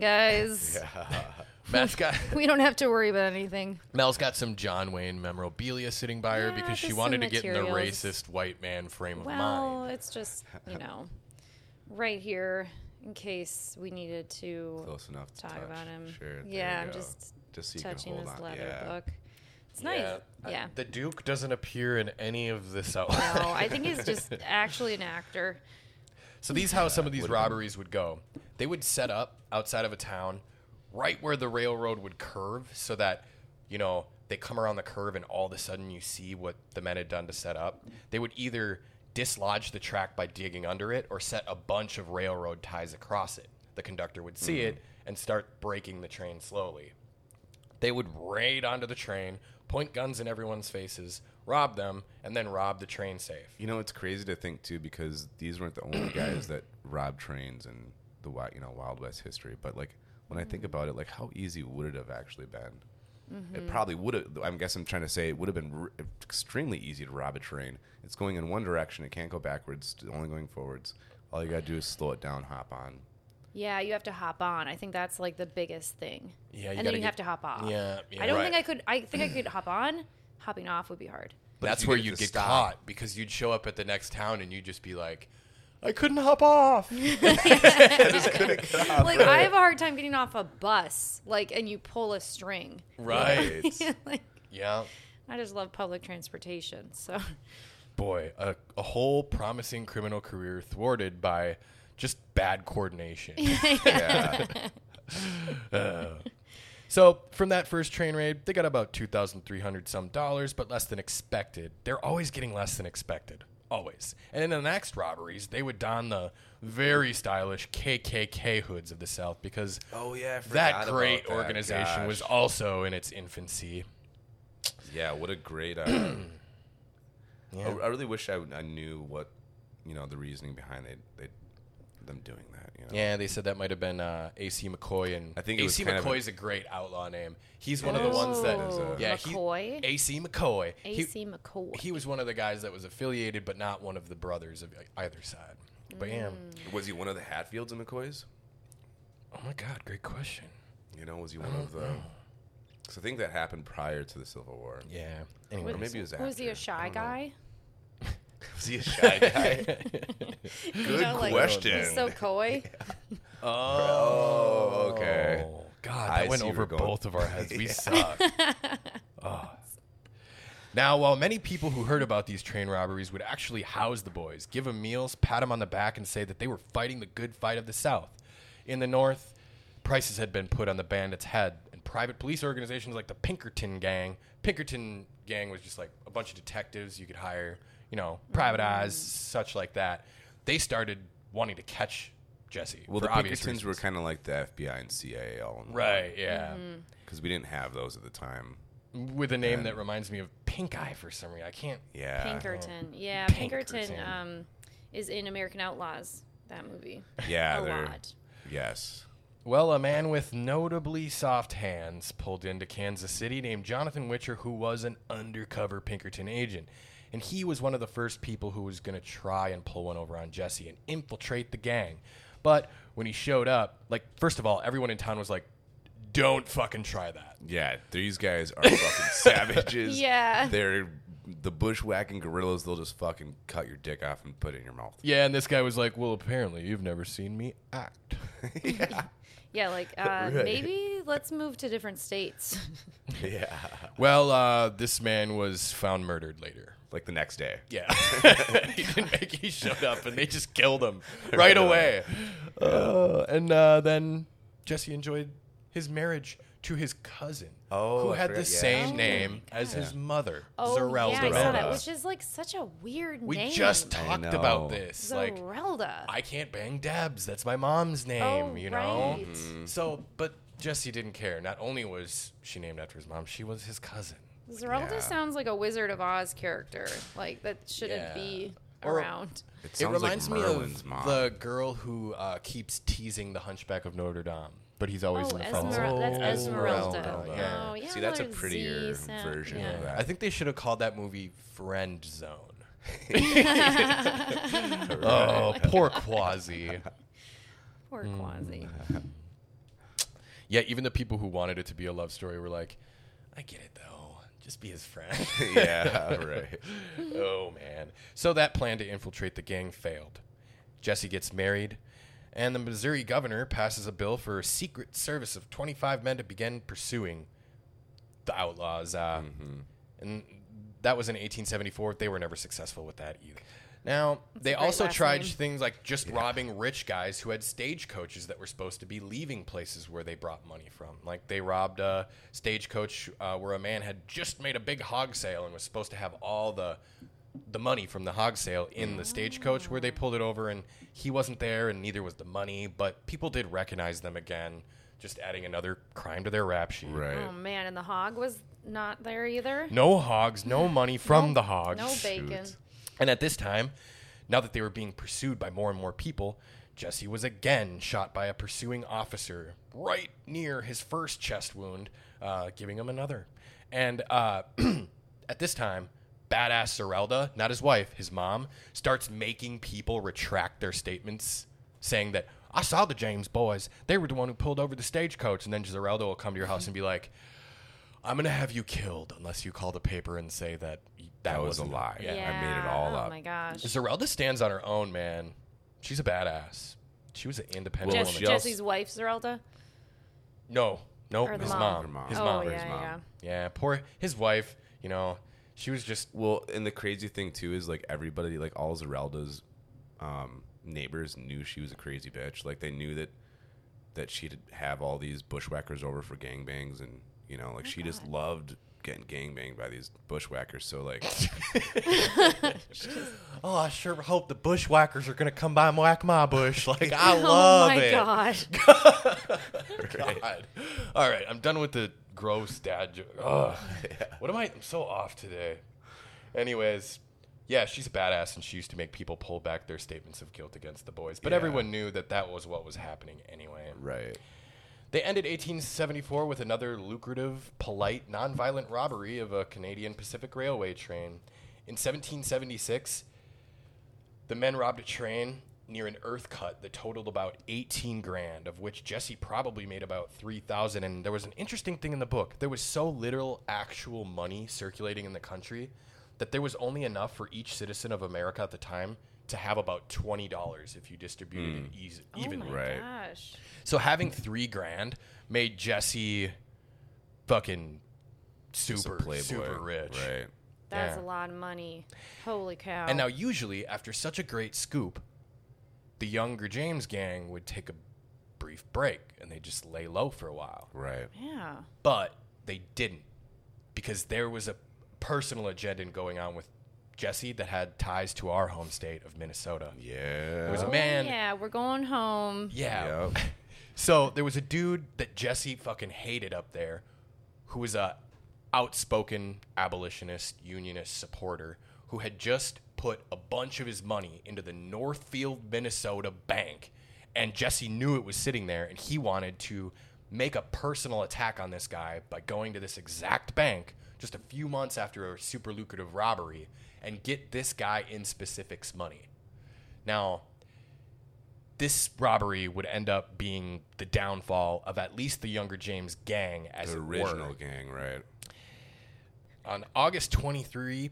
[SPEAKER 2] <laughs>
[SPEAKER 3] guys. <laughs>
[SPEAKER 1] Mel's got
[SPEAKER 3] We don't have to worry about anything.
[SPEAKER 1] Mel's got some John Wayne memorabilia sitting by her
[SPEAKER 3] Yeah,
[SPEAKER 1] because she
[SPEAKER 3] just
[SPEAKER 1] wanted to
[SPEAKER 3] some
[SPEAKER 1] get in the
[SPEAKER 3] materials.
[SPEAKER 1] racist white man frame of
[SPEAKER 3] Well,
[SPEAKER 1] mind.
[SPEAKER 3] it's just,
[SPEAKER 2] <laughs>
[SPEAKER 3] you know, right here in case we needed to
[SPEAKER 2] Close enough to
[SPEAKER 3] talk
[SPEAKER 2] touch.
[SPEAKER 3] about him.
[SPEAKER 2] Sure. there
[SPEAKER 3] yeah,
[SPEAKER 2] you
[SPEAKER 3] I'm
[SPEAKER 2] go.
[SPEAKER 3] just
[SPEAKER 2] Just so you can
[SPEAKER 3] touching
[SPEAKER 2] hold
[SPEAKER 3] his
[SPEAKER 2] on.
[SPEAKER 3] leather
[SPEAKER 2] yeah.
[SPEAKER 3] book. It's nice.
[SPEAKER 1] I-
[SPEAKER 3] Yeah.
[SPEAKER 1] the Duke doesn't appear in any of this <laughs> outline.
[SPEAKER 3] no, I think he's just actually an actor.
[SPEAKER 1] So these how some of these robberies would go. They would set up outside of a town, right where the railroad would curve, so that you know they come around the curve and all of a sudden you see what the men had done to set up. They would either dislodge the track by digging under it or set a bunch of railroad ties across it. The conductor would see it and start breaking the train slowly. They would raid onto the train, point guns in everyone's faces, rob them, and then rob the train safe.
[SPEAKER 2] You know, it's crazy to think too because these weren't the only guys that <clears throat> robbed trains in the wi- you know Wild West history. But like when I think about it, like how easy would it have actually been? It probably would have. I guess I'm trying to say it would have been r- extremely easy to rob a train. It's going in one direction; it can't go backwards. It's only going forwards. All you gotta do is slow it down, hop on.
[SPEAKER 3] Yeah, you have to hop on. I think that's like the biggest thing.
[SPEAKER 1] Yeah, you
[SPEAKER 3] and
[SPEAKER 1] gotta
[SPEAKER 3] then you
[SPEAKER 1] get-
[SPEAKER 3] have to hop off.
[SPEAKER 1] Yeah, yeah.
[SPEAKER 3] I don't
[SPEAKER 1] Right.
[SPEAKER 3] think I could. I think I could hop on. Hopping off would be hard.
[SPEAKER 2] But
[SPEAKER 1] That's
[SPEAKER 2] if you
[SPEAKER 1] where
[SPEAKER 2] get
[SPEAKER 1] you'd
[SPEAKER 2] to
[SPEAKER 1] get
[SPEAKER 2] stop-
[SPEAKER 1] caught because you'd show up at the next town and you'd just be like, I couldn't hop
[SPEAKER 2] <laughs>
[SPEAKER 1] off.
[SPEAKER 3] like I have a hard time getting off a bus. Like, and you pull a string.
[SPEAKER 1] right.
[SPEAKER 2] It's-
[SPEAKER 3] <laughs> like,
[SPEAKER 1] yeah.
[SPEAKER 3] I just love public transportation. So
[SPEAKER 1] Boy, a, a whole promising criminal career thwarted by just bad
[SPEAKER 2] <laughs>
[SPEAKER 1] coordination. <laughs>
[SPEAKER 2] yeah.
[SPEAKER 1] so, from that first train raid, they got about 2,300 some dollars, but less than expected. They're always getting less than expected. Always. And in the next robberies, they would don the very stylish KKK hoods of the South because
[SPEAKER 2] Oh yeah, I forgot
[SPEAKER 1] that
[SPEAKER 2] about
[SPEAKER 1] great
[SPEAKER 2] that.
[SPEAKER 1] organization was
[SPEAKER 2] Gosh.
[SPEAKER 1] also in its infancy.
[SPEAKER 2] Yeah, what a great. Uh, I, I really wish I, I knew what you know the reasoning behind they, they them doing that. You know?
[SPEAKER 1] Yeah, they said that might have been uh, AC McCoy, and
[SPEAKER 2] I think it was
[SPEAKER 1] AC
[SPEAKER 2] kind of a-
[SPEAKER 1] McCoy's a, great outlaw name. He's one
[SPEAKER 2] It
[SPEAKER 1] of the
[SPEAKER 2] is.
[SPEAKER 1] ones that
[SPEAKER 2] It is, uh,
[SPEAKER 1] yeah,
[SPEAKER 3] McCoy?
[SPEAKER 1] He, AC McCoy. He-
[SPEAKER 3] AC McCoy.
[SPEAKER 1] He was one of the guys that was affiliated, but not one of the brothers of e-, either side. But yeah,
[SPEAKER 3] Mm.
[SPEAKER 2] Was he one of the Hatfields and McCoys?
[SPEAKER 1] oh my God, great question.
[SPEAKER 2] You know, was he one of
[SPEAKER 3] Oh,
[SPEAKER 2] the? Because I think that happened prior to the Civil War.
[SPEAKER 1] Yeah.
[SPEAKER 2] Or
[SPEAKER 1] Anyway,
[SPEAKER 2] maybe it was after.
[SPEAKER 3] was he a shy guy?
[SPEAKER 2] Was he a shy
[SPEAKER 3] <laughs>
[SPEAKER 2] guy? <laughs> Good
[SPEAKER 3] You know, like,
[SPEAKER 2] question.
[SPEAKER 3] He's
[SPEAKER 1] <laughs>
[SPEAKER 3] so coy.
[SPEAKER 2] oh, okay.
[SPEAKER 1] Oh, God,
[SPEAKER 2] I
[SPEAKER 1] that went
[SPEAKER 2] see
[SPEAKER 1] over
[SPEAKER 2] where you're going.
[SPEAKER 1] both of our heads.
[SPEAKER 2] <laughs>
[SPEAKER 1] We suck. Oh. Now, while many people who heard about these train robberies would actually house the boys, give them meals, pat them on the back, and say that they were fighting the good fight of the South, in the North, prices had been put on the bandits' head, and private police organizations like the Pinkerton Gang. Pinkerton Gang was just like a bunch of detectives you could hire, you know, private eyes, such like that. They started wanting to catch Jesse.
[SPEAKER 2] Well,
[SPEAKER 1] for
[SPEAKER 2] the
[SPEAKER 1] obvious
[SPEAKER 2] Pinkertons
[SPEAKER 1] reasons.
[SPEAKER 2] were kind of like the FBI and CIA all in
[SPEAKER 1] Right, yeah.
[SPEAKER 2] Because we didn't have those at the time.
[SPEAKER 1] With a name that reminds me of Pink Eye for some reason. I can't.
[SPEAKER 2] Yeah.
[SPEAKER 3] Pinkerton. Yeah,
[SPEAKER 1] Pinkerton.
[SPEAKER 3] Pinkerton, um, is in American Outlaws. That movie.
[SPEAKER 2] Yeah.
[SPEAKER 3] a
[SPEAKER 2] they're-
[SPEAKER 3] lot.
[SPEAKER 2] Yes.
[SPEAKER 1] Well, a man with notably soft hands pulled into Kansas City named Jonathan Witcher, who was an undercover Pinkerton agent. And he was one of the first people who was going to try and pull one over on Jesse and infiltrate the gang. But when he showed up, like, first of all, everyone in town was like, don't fucking try that.
[SPEAKER 2] Yeah, these guys are fucking savages.
[SPEAKER 3] Yeah.
[SPEAKER 2] They're the bushwhacking gorillas. They'll just fucking cut your dick off and put it in your mouth.
[SPEAKER 1] Yeah, and this guy was like, well, apparently you've never seen me act. <laughs>
[SPEAKER 2] yeah.
[SPEAKER 3] Yeah, like uh,
[SPEAKER 2] Right.
[SPEAKER 3] maybe let's move to different states. <laughs>
[SPEAKER 2] Yeah.
[SPEAKER 1] Well, uh, this man was found murdered later.
[SPEAKER 2] Like the next day. <laughs>
[SPEAKER 1] Yeah, <laughs> he didn't make. He showed up, and they just killed
[SPEAKER 2] <laughs>
[SPEAKER 1] him right
[SPEAKER 2] Right
[SPEAKER 1] away. Uh, and uh, then Jesse enjoyed his marriage to his cousin,
[SPEAKER 2] Oh,
[SPEAKER 1] who
[SPEAKER 2] I
[SPEAKER 1] had the
[SPEAKER 2] forgot, yeah.
[SPEAKER 1] same
[SPEAKER 3] Oh my
[SPEAKER 1] name as his mother,
[SPEAKER 3] Oh,
[SPEAKER 1] Zerelda.
[SPEAKER 3] yeah, I saw
[SPEAKER 2] Zerelda.
[SPEAKER 3] that, which is like such a weird
[SPEAKER 1] We
[SPEAKER 3] name.
[SPEAKER 1] just
[SPEAKER 2] I
[SPEAKER 1] talked
[SPEAKER 2] know.
[SPEAKER 1] about this. Like,
[SPEAKER 3] Zerelda.
[SPEAKER 1] I can't bang Dabs. That's my mom's name,
[SPEAKER 3] Oh,
[SPEAKER 1] you know?
[SPEAKER 3] right.
[SPEAKER 2] Mm-hmm.
[SPEAKER 1] So, but Jesse didn't care. Not only was she named after his mom, she was his cousin.
[SPEAKER 3] Zerelda
[SPEAKER 2] Yeah.
[SPEAKER 3] sounds like a Wizard of Oz character. Like that shouldn't
[SPEAKER 1] Yeah.
[SPEAKER 3] be
[SPEAKER 1] Or-
[SPEAKER 3] around.
[SPEAKER 2] It sounds like Merlin's mom.
[SPEAKER 1] the girl who uh, keeps teasing the Hunchback of Notre Dame, but he's always
[SPEAKER 3] oh,
[SPEAKER 1] in the front.
[SPEAKER 3] Esmer- that's
[SPEAKER 1] Esmeralda.
[SPEAKER 3] Esmeralda.
[SPEAKER 1] Yeah.
[SPEAKER 3] Oh, yeah.
[SPEAKER 2] See, that's a
[SPEAKER 3] another Z
[SPEAKER 2] prettier
[SPEAKER 3] sound.
[SPEAKER 2] version
[SPEAKER 3] Yeah.
[SPEAKER 2] of that.
[SPEAKER 1] I think they should have called that movie Friend Zone.
[SPEAKER 3] <laughs>
[SPEAKER 1] <laughs> oh, poor Quasi.
[SPEAKER 3] Poor Quasi.
[SPEAKER 1] Yeah, even the people who wanted it to be a love story were like, I get it though. Just be his friend.
[SPEAKER 2] <laughs> yeah, right.
[SPEAKER 1] <laughs> oh man. So that plan to infiltrate the gang failed. Jesse gets married, and the Missouri governor passes a bill for a secret service of 25 men to begin pursuing the outlaws. Uh, And that was in 1874. They were never successful with that either. Now, they
[SPEAKER 3] a great
[SPEAKER 1] also
[SPEAKER 3] last
[SPEAKER 1] tried
[SPEAKER 3] name.
[SPEAKER 1] things like just robbing rich guys who had stagecoaches that were supposed to be leaving places where they brought money from. Like they robbed a stagecoach uh, where a man had just made a big hog sale and was supposed to have all the the money from the hog sale in the stagecoach where they pulled it over and he wasn't there and neither was the money, but people did recognize them again, just adding another crime to their rap sheet.
[SPEAKER 2] Right.
[SPEAKER 3] Oh man, and the hog was not there either.
[SPEAKER 1] No hogs, no money from the hogs.
[SPEAKER 3] No bacon.
[SPEAKER 2] Shoot.
[SPEAKER 1] And at this time, now that they were being pursued by more and more people, Jesse was again shot by a pursuing officer right near his first chest wound, uh, giving him another. And uh, <clears throat> at this time, badass Zerelda, not his wife, his mom, starts making people retract their statements, saying that I saw the James boys. They were the one who pulled over the stagecoach. And then Zerelda will come to your house and be like, I'm gonna have you killed unless you call the paper and say that y- that,
[SPEAKER 2] That was a
[SPEAKER 1] wasn't-
[SPEAKER 2] lie.
[SPEAKER 1] Yeah.
[SPEAKER 2] I made it all
[SPEAKER 3] oh
[SPEAKER 2] up.
[SPEAKER 3] my gosh.
[SPEAKER 1] Zerelda stands on her own, man. She's a badass. She was an independent
[SPEAKER 2] Well,
[SPEAKER 3] Jess-
[SPEAKER 1] woman.
[SPEAKER 2] she also-
[SPEAKER 3] Jesse's wife, Zerelda.
[SPEAKER 1] no, no,
[SPEAKER 3] Or the
[SPEAKER 1] his
[SPEAKER 3] mom.
[SPEAKER 1] mom.
[SPEAKER 2] Her mom.
[SPEAKER 1] His
[SPEAKER 3] oh
[SPEAKER 1] mom.
[SPEAKER 3] yeah,
[SPEAKER 2] his mom.
[SPEAKER 3] yeah.
[SPEAKER 1] Yeah, poor his wife. You know, she was just
[SPEAKER 2] Well, and the crazy thing too is like everybody, like all Zerelda's um, neighbors knew she was a crazy bitch. Like they knew that that she'd have all these bushwhackers over for gangbangs, and you know,
[SPEAKER 3] Oh
[SPEAKER 2] like she just loved getting gangbanged by these bushwhackers. So like,
[SPEAKER 1] oh, I sure hope the bushwhackers are gonna come by and whack my bush. <laughs> Like I
[SPEAKER 3] <laughs> oh my gosh.
[SPEAKER 1] <laughs> God. All right, I'm done with the gross dad joke. Ugh. What am I? I'm so off today. Anyways, yeah, she's a badass, and she used to make people pull back their statements of guilt against the boys. But
[SPEAKER 2] Yeah.
[SPEAKER 1] everyone knew that that was what was happening anyway.
[SPEAKER 2] <laughs> right,
[SPEAKER 1] They ended 1874 with another lucrative, polite, nonviolent robbery of a Canadian Pacific Railway train. In 1776, the men robbed a train near an earth cut that totaled about 18 grand, of which Jesse probably made about 3,000. And there was an interesting thing in the book. There was so little actual money circulating in the country that there was only enough for each citizen of America at the time to have about $20 if you distributed it eas- evenly.
[SPEAKER 3] oh my
[SPEAKER 2] Right.
[SPEAKER 3] gosh.
[SPEAKER 1] So having three grand made Jesse fucking
[SPEAKER 2] Just a
[SPEAKER 1] super
[SPEAKER 2] playboy,
[SPEAKER 1] super rich.
[SPEAKER 2] right?
[SPEAKER 3] That's
[SPEAKER 1] Yeah.
[SPEAKER 3] a lot of money. Holy cow.
[SPEAKER 1] And now usually after such a great scoop, the younger James gang would take a brief break and they just lay low for a while.
[SPEAKER 2] Right.
[SPEAKER 3] yeah.
[SPEAKER 1] But they didn't because there was a personal agenda going on with Jesse that had ties to our home state of Minnesota.
[SPEAKER 2] Yeah.
[SPEAKER 1] There was a
[SPEAKER 3] Oh,
[SPEAKER 1] man
[SPEAKER 3] Yeah, we're going home.
[SPEAKER 1] Yeah.
[SPEAKER 2] Yep.
[SPEAKER 1] <laughs> so there was a dude that Jesse fucking hated up there who was a outspoken abolitionist unionist supporter who had just put a bunch of his money into the Northfield, Minnesota bank and Jesse knew it was sitting there and he wanted to make a personal attack on this guy by going to this exact bank just a few months after a super lucrative robbery and get this guy in specifics money. Now, this robbery would end up being the downfall of at least the younger James gang as
[SPEAKER 2] The
[SPEAKER 1] it
[SPEAKER 2] original
[SPEAKER 1] were.
[SPEAKER 2] gang, right?
[SPEAKER 1] On August 23,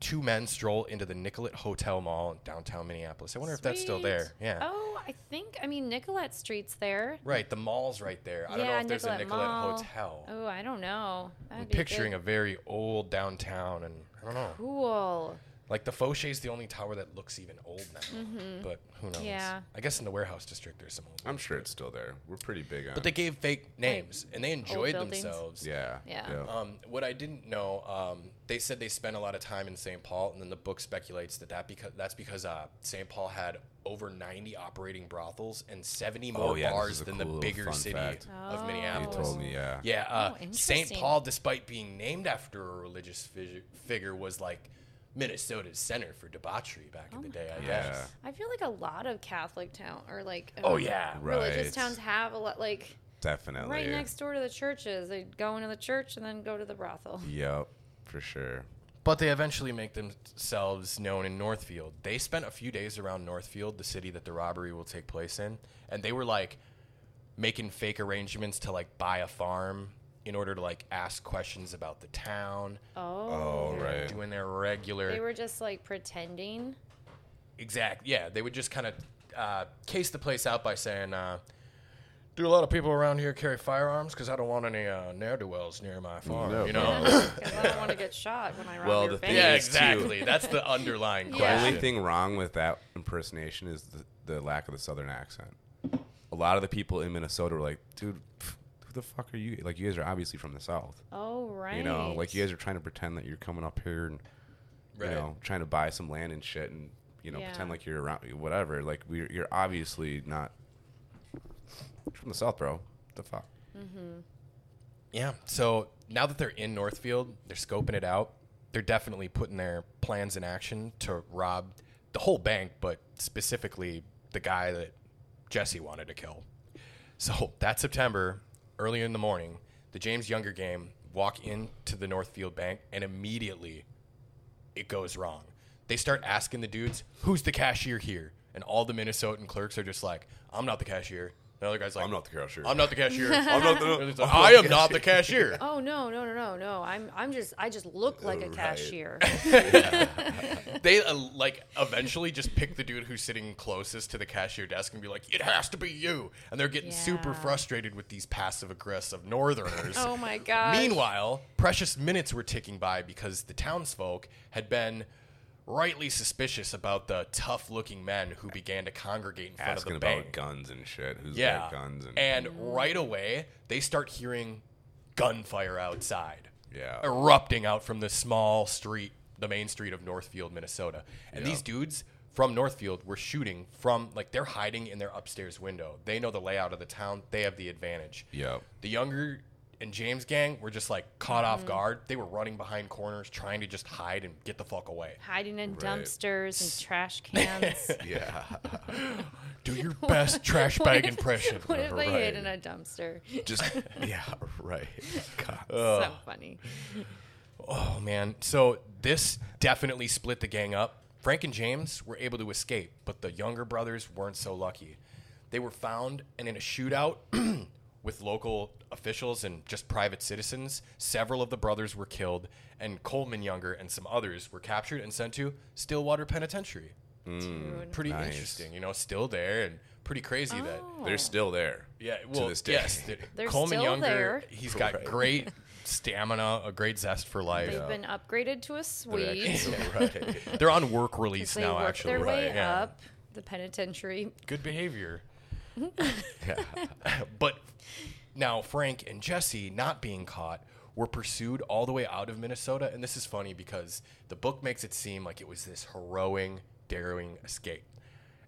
[SPEAKER 1] two men stroll into the Nicolet Hotel Mall in downtown Minneapolis. I wonder if that's still
[SPEAKER 3] Sweet.
[SPEAKER 1] there. Yeah.
[SPEAKER 3] Oh, I think. I mean, Nicolette Street's there.
[SPEAKER 1] Right, the mall's right there. I don't know
[SPEAKER 3] Yeah,
[SPEAKER 1] if there's a
[SPEAKER 3] Nicollet
[SPEAKER 1] Nicollet
[SPEAKER 3] Mall.
[SPEAKER 1] Hotel.
[SPEAKER 3] Oh, I don't know. That'd
[SPEAKER 1] I'm
[SPEAKER 3] be
[SPEAKER 1] picturing
[SPEAKER 3] good.
[SPEAKER 1] a very old downtown, and I don't know.
[SPEAKER 3] cool.
[SPEAKER 1] Like the Fauché's the only tower that looks even old now. But who knows?
[SPEAKER 3] Mm-hmm. Yeah.
[SPEAKER 1] I guess in the warehouse district there's some old.
[SPEAKER 2] I'm sure it's still there. We're pretty big on.
[SPEAKER 1] But they gave fake names and they enjoyed
[SPEAKER 3] buildings.
[SPEAKER 1] themselves.
[SPEAKER 2] yeah,
[SPEAKER 3] Yeah.
[SPEAKER 1] Um, what I didn't know, um, they said they spent a lot of time in St. Paul, and then the book speculates that, that because that's because uh, St. Paul had over 90 operating brothels and 70 more
[SPEAKER 2] Oh, yeah, this
[SPEAKER 1] bars
[SPEAKER 2] is a
[SPEAKER 1] than
[SPEAKER 2] cool
[SPEAKER 1] the
[SPEAKER 2] little
[SPEAKER 1] bigger
[SPEAKER 2] fun
[SPEAKER 1] city
[SPEAKER 2] fact.
[SPEAKER 1] of
[SPEAKER 3] Oh.
[SPEAKER 2] you
[SPEAKER 1] Minneapolis.
[SPEAKER 2] told me. Yeah,
[SPEAKER 1] Yeah, uh,
[SPEAKER 3] Oh,
[SPEAKER 1] St.
[SPEAKER 3] interesting.
[SPEAKER 1] Paul, despite being named after a religious fig- figure, was like Minnesota's center for debauchery back
[SPEAKER 3] Oh
[SPEAKER 1] in the day, I
[SPEAKER 2] yeah.
[SPEAKER 1] guess.
[SPEAKER 3] I feel like a lot of Catholic town or like
[SPEAKER 1] Oh,
[SPEAKER 3] um,
[SPEAKER 1] yeah.
[SPEAKER 2] Right.
[SPEAKER 3] religious towns have a lot like
[SPEAKER 2] Definitely.
[SPEAKER 3] right next door to the churches. They go into the church and then go to
[SPEAKER 2] <laughs>
[SPEAKER 3] the brothel.
[SPEAKER 2] Yep, for sure.
[SPEAKER 1] But they eventually make themselves known in Northfield. They spent a few days around Northfield, the city that the robbery will take place in, and they were like making fake arrangements to like buy a farm in order to like ask questions about the town,
[SPEAKER 3] Oh.
[SPEAKER 2] All right.
[SPEAKER 1] doing their regular
[SPEAKER 3] They were just
[SPEAKER 2] <coughs>
[SPEAKER 3] like pretending.
[SPEAKER 1] Exact. Yeah, they would just kind of uh, case the place out by saying, uh, "Do a lot of people around here carry firearms? Because I don't want any uh, ne'er do wells near my farm."
[SPEAKER 2] No,
[SPEAKER 1] you know.
[SPEAKER 2] <laughs>
[SPEAKER 3] Because I don't want to get shot when I rob
[SPEAKER 2] Well,
[SPEAKER 3] your
[SPEAKER 2] the
[SPEAKER 3] bank.
[SPEAKER 2] thing
[SPEAKER 1] yeah,
[SPEAKER 2] is, too-
[SPEAKER 1] exactly. That's the underlying
[SPEAKER 3] Yeah.
[SPEAKER 2] The
[SPEAKER 1] question.
[SPEAKER 2] only thing wrong with that impersonation is the, the lack of the southern accent. A lot of the people in Minnesota were like, "Dude, pff, who the fuck are you? Like, you guys are obviously from the south.
[SPEAKER 3] Oh right.
[SPEAKER 2] You know, like you guys are trying to pretend that you're coming up here and
[SPEAKER 1] Right.
[SPEAKER 2] you know trying to buy some land and shit and you know
[SPEAKER 3] Yeah.
[SPEAKER 2] pretend like you're around whatever. Like, we're, you're obviously not you're from the south, bro. The fuck.
[SPEAKER 1] Yeah. So now that they're in Northfield, they're scoping it out. They're definitely putting their plans in action to rob the whole bank, but specifically the guy that Jesse wanted to kill. So that September, early in the morning, the James Younger game walk into the Northfield Bank and immediately it goes wrong. They start asking the dudes, who's the cashier here? And all the Minnesotan clerks are just like, I'm not the cashier. The other guy's like,
[SPEAKER 2] I'm not the cashier.
[SPEAKER 1] I'm not the cashier.
[SPEAKER 2] <laughs> I'm not the-
[SPEAKER 1] And it's like, I am not the
[SPEAKER 3] <laughs>
[SPEAKER 1] cashier.
[SPEAKER 3] Oh no no no no no! I'm I'm just I just look like a
[SPEAKER 2] Right. <laughs>
[SPEAKER 3] cashier.
[SPEAKER 1] They uh, like eventually just pick the dude who's sitting closest to the cashier desk and be like, "It has to be you." And they're getting super
[SPEAKER 3] Yeah.
[SPEAKER 1] frustrated with these passive aggressive Northerners.
[SPEAKER 3] <laughs> oh my god.
[SPEAKER 1] Meanwhile, precious minutes were ticking by because the townsfolk had been rightly suspicious about the tough-looking men who began to congregate in front
[SPEAKER 2] Asking
[SPEAKER 1] of
[SPEAKER 2] about
[SPEAKER 1] the bank.
[SPEAKER 2] guns and shit. Who's
[SPEAKER 1] yeah,
[SPEAKER 2] got guns and,
[SPEAKER 1] right away they start hearing gunfire outside.
[SPEAKER 2] yeah.
[SPEAKER 1] erupting out from the small street, the main street of Northfield, Minnesota. And
[SPEAKER 2] Yeah.
[SPEAKER 1] these dudes from Northfield were shooting from like they're hiding in their upstairs window. They know the layout of the town. They have the advantage.
[SPEAKER 2] Yep.
[SPEAKER 1] The younger and James gang were just like caught off guard. They were running behind corners trying to just hide and get the fuck away.
[SPEAKER 3] Hiding in
[SPEAKER 2] Right.
[SPEAKER 3] dumpsters and
[SPEAKER 2] <laughs>
[SPEAKER 3] trash cans.
[SPEAKER 2] Yeah.
[SPEAKER 1] Do your best trash bag
[SPEAKER 3] <laughs>
[SPEAKER 1] impression.
[SPEAKER 3] what if they
[SPEAKER 2] Right.
[SPEAKER 3] hid in a dumpster? <laughs>
[SPEAKER 2] Just yeah, right. God.
[SPEAKER 1] Uh,
[SPEAKER 3] so funny.
[SPEAKER 1] Oh man. So this definitely split the gang up. Frank and James were able to escape, but the younger brothers weren't so lucky. They were found and in a shootout <clears throat> with local officials and just private citizens, several of the brothers were killed, and Coleman Younger and some others were captured and sent to Stillwater Penitentiary.
[SPEAKER 3] Dude.
[SPEAKER 1] Pretty
[SPEAKER 2] Nice.
[SPEAKER 1] interesting, you know, still there and pretty crazy that
[SPEAKER 2] They're still there.
[SPEAKER 1] yeah,
[SPEAKER 2] to
[SPEAKER 1] well,
[SPEAKER 2] this day.
[SPEAKER 1] yes, th-
[SPEAKER 3] Oh. They're
[SPEAKER 1] Coleman
[SPEAKER 3] still
[SPEAKER 1] Younger,
[SPEAKER 3] there.
[SPEAKER 1] he's got
[SPEAKER 2] Right.
[SPEAKER 1] great stamina, a great zest for life.
[SPEAKER 3] They've been upgraded to a
[SPEAKER 2] They're
[SPEAKER 3] suite.
[SPEAKER 2] actually- <laughs>
[SPEAKER 1] <laughs>
[SPEAKER 2] right.
[SPEAKER 1] They're on work release
[SPEAKER 3] They
[SPEAKER 1] now,
[SPEAKER 3] work
[SPEAKER 1] actually.
[SPEAKER 3] their way
[SPEAKER 1] right, yeah.
[SPEAKER 3] up the penitentiary.
[SPEAKER 1] Good
[SPEAKER 3] <laughs>
[SPEAKER 1] behavior.
[SPEAKER 2] Yeah.
[SPEAKER 1] <laughs> But now, Frank and Jesse, not being caught, were pursued all the way out of Minnesota. And this is funny because the book makes it seem like it was this harrowing, daring escape.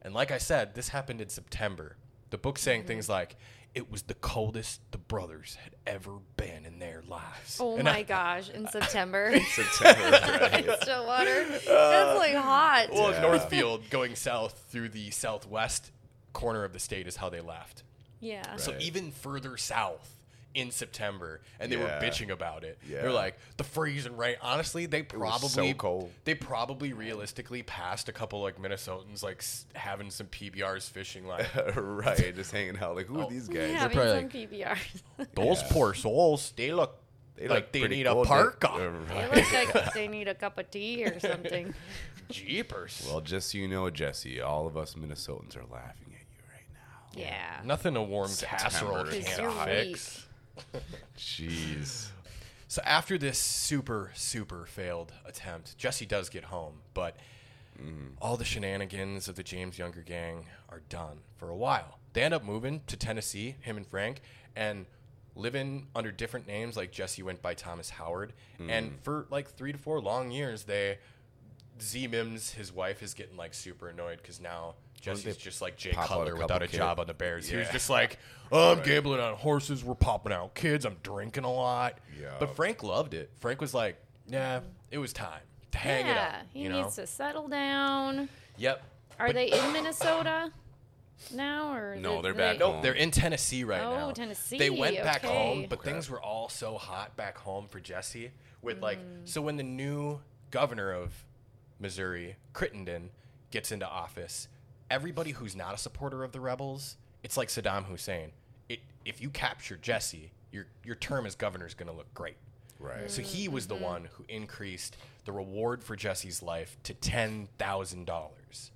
[SPEAKER 1] And like I said, this happened in September. The book saying
[SPEAKER 3] Mm-hmm.
[SPEAKER 1] things like, it was the coldest the brothers had ever been in their lives.
[SPEAKER 3] Oh
[SPEAKER 1] And
[SPEAKER 3] my
[SPEAKER 1] I-
[SPEAKER 3] gosh! In September, <laughs>
[SPEAKER 2] <laughs>
[SPEAKER 1] <laughs>
[SPEAKER 2] September, right.
[SPEAKER 3] in Stillwater, that's like hot.
[SPEAKER 1] Well,
[SPEAKER 2] Yeah.
[SPEAKER 1] Northfield going south through the southwest corner of the state is how they left.
[SPEAKER 3] yeah.
[SPEAKER 1] So
[SPEAKER 2] Right.
[SPEAKER 1] even further south in September, and they
[SPEAKER 2] Yeah.
[SPEAKER 1] were bitching about it.
[SPEAKER 2] Yeah.
[SPEAKER 1] They're like the freezing rain. Honestly, they
[SPEAKER 2] was
[SPEAKER 1] probably
[SPEAKER 2] so cold.
[SPEAKER 1] They probably realistically passed a couple like Minnesotans like s- having some PBRs fishing like
[SPEAKER 2] <laughs> uh, right. Just hanging out. Like, who
[SPEAKER 1] Oh,
[SPEAKER 2] are these guys?
[SPEAKER 3] having
[SPEAKER 1] probably
[SPEAKER 3] some
[SPEAKER 1] like-
[SPEAKER 3] PBRs.
[SPEAKER 1] those poor souls. They look
[SPEAKER 2] They
[SPEAKER 1] like
[SPEAKER 2] look
[SPEAKER 1] they
[SPEAKER 2] pretty
[SPEAKER 1] need
[SPEAKER 2] cool,
[SPEAKER 1] a parka,
[SPEAKER 2] dude.
[SPEAKER 3] <laughs>
[SPEAKER 2] <laughs>
[SPEAKER 3] they
[SPEAKER 2] Right.
[SPEAKER 3] look like they need a cup of tea or something.
[SPEAKER 1] jeepers.
[SPEAKER 2] Well, just so you know, Jesse, all of us Minnesotans are laughing at you right
[SPEAKER 3] Yeah.
[SPEAKER 1] Nothing a warm casserole
[SPEAKER 2] September.
[SPEAKER 3] Because you're
[SPEAKER 1] can't fix.
[SPEAKER 2] Jeez.
[SPEAKER 1] So after this super super failed attempt, Jesse does get home, but all the shenanigans of the James Younger gang are done for a while. They end up moving to Tennessee, him and Frank, and living under different names. Like Jesse went by Thomas Howard,
[SPEAKER 2] Mm.
[SPEAKER 1] and for like three to four long years, they Z Mims, his wife, is getting like super annoyed because now. Jesse's
[SPEAKER 2] they
[SPEAKER 1] just like Jay
[SPEAKER 2] pop out a
[SPEAKER 1] Cutler
[SPEAKER 2] couple
[SPEAKER 1] without a
[SPEAKER 2] kids?
[SPEAKER 1] job on the Bears. He was
[SPEAKER 2] Yeah.
[SPEAKER 1] just like, oh, I'm gambling on horses. We're popping out kids. I'm drinking a lot.
[SPEAKER 2] Yeah.
[SPEAKER 1] But Frank loved it. Frank was like, "Nah, it was time to hang it up."
[SPEAKER 3] yeah. He
[SPEAKER 1] You know.
[SPEAKER 3] needs to settle down.
[SPEAKER 1] Yep.
[SPEAKER 3] Are
[SPEAKER 1] But-
[SPEAKER 3] they in Minnesota now or
[SPEAKER 2] No,
[SPEAKER 3] did
[SPEAKER 2] they're
[SPEAKER 3] they-
[SPEAKER 2] back
[SPEAKER 1] No,
[SPEAKER 2] home.
[SPEAKER 1] they're in Tennessee right
[SPEAKER 3] Oh,
[SPEAKER 1] now.
[SPEAKER 3] Tennessee,
[SPEAKER 1] They went back
[SPEAKER 3] okay.
[SPEAKER 1] home, but
[SPEAKER 2] Okay.
[SPEAKER 1] things were all so hot back home for Jesse. With like,
[SPEAKER 3] Mm.
[SPEAKER 1] so when the new governor of Missouri, Crittenden, gets into office, everybody who's not a supporter of the rebels, it's like Saddam Hussein. It, if you capture Jesse, your your term as governor is going to look great.
[SPEAKER 2] Right.
[SPEAKER 1] So he was the
[SPEAKER 3] Mm-hmm.
[SPEAKER 1] one who increased the reward for Jesse's life to ten thousand dollars,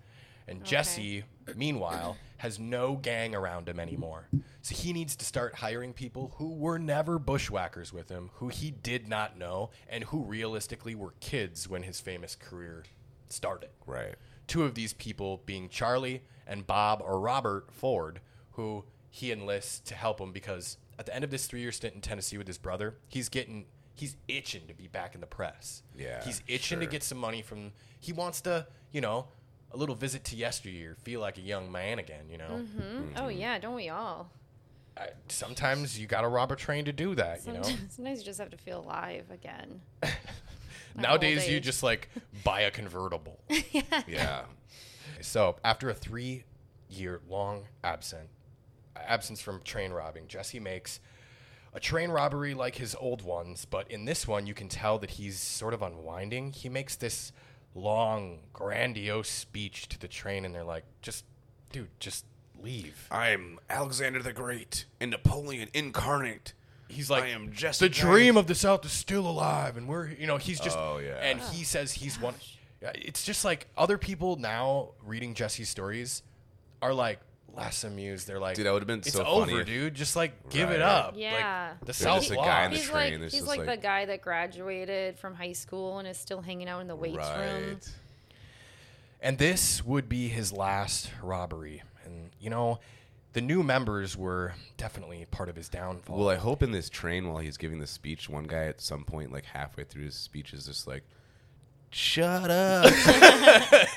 [SPEAKER 1] and
[SPEAKER 3] Oh,
[SPEAKER 1] Jesse, meanwhile, has no gang around him anymore. So he needs to start hiring people who were never bushwhackers with him, who he did not know, and who realistically were kids when his famous career started.
[SPEAKER 2] <laughs> Right.
[SPEAKER 1] Two of these people being Charlie and Bob or Robert Ford, who he enlists to help him because at the end of this three year stint in Tennessee with his brother, he's getting he's itching to be back in the press.
[SPEAKER 2] Yeah,
[SPEAKER 1] He's itching to
[SPEAKER 2] sure.
[SPEAKER 1] get some money from he wants to, you know, a little visit to yesteryear, feel like a young man again, you know.
[SPEAKER 3] Hmm? Oh yeah, don't we all?
[SPEAKER 1] I, sometimes you gotta rob a train to do that,
[SPEAKER 3] <laughs>
[SPEAKER 1] you know.
[SPEAKER 3] Sometimes, sometimes you just have to feel alive again.
[SPEAKER 1] Nowadays you
[SPEAKER 3] age.
[SPEAKER 1] just like buy a convertible.
[SPEAKER 2] Yeah.
[SPEAKER 1] So after a three-year long absent absence from train robbing, Jesse makes a train robbery like his old ones, but in this one you can tell that he's sort of unwinding. He makes this long, grandiose speech to the train, and they're like, "Just, dude, just leave."
[SPEAKER 2] I'm Alexander the Great and Napoleon incarnate.
[SPEAKER 1] He's like,
[SPEAKER 2] I am Jesse
[SPEAKER 1] The
[SPEAKER 2] James."
[SPEAKER 1] dream of the South is still alive, and we're you know he's just
[SPEAKER 2] Oh, yeah.
[SPEAKER 1] and he says he's one. Yeah, It's just like other people now reading Jesse's stories are like less amused. They're like,
[SPEAKER 2] Dude, that would've been
[SPEAKER 1] it's
[SPEAKER 2] so
[SPEAKER 1] over,
[SPEAKER 2] funny if-
[SPEAKER 1] dude. Just like give it
[SPEAKER 2] Right.
[SPEAKER 1] up. Like,
[SPEAKER 3] Yeah.
[SPEAKER 1] the
[SPEAKER 3] They're
[SPEAKER 1] South
[SPEAKER 2] just a
[SPEAKER 1] lost.
[SPEAKER 2] guy in the
[SPEAKER 3] he's
[SPEAKER 2] train,
[SPEAKER 3] like
[SPEAKER 2] it's
[SPEAKER 3] he's
[SPEAKER 2] just
[SPEAKER 3] like,
[SPEAKER 2] like-
[SPEAKER 3] the guy that graduated from high school and is still hanging out in the weights room.
[SPEAKER 2] Right.
[SPEAKER 1] And this would be his last robbery. And you know, the new members were definitely part of his downfall.
[SPEAKER 2] Well, I hope in this train while he's giving the speech, one guy at some point, like halfway through his speech, is just like, "Shut up."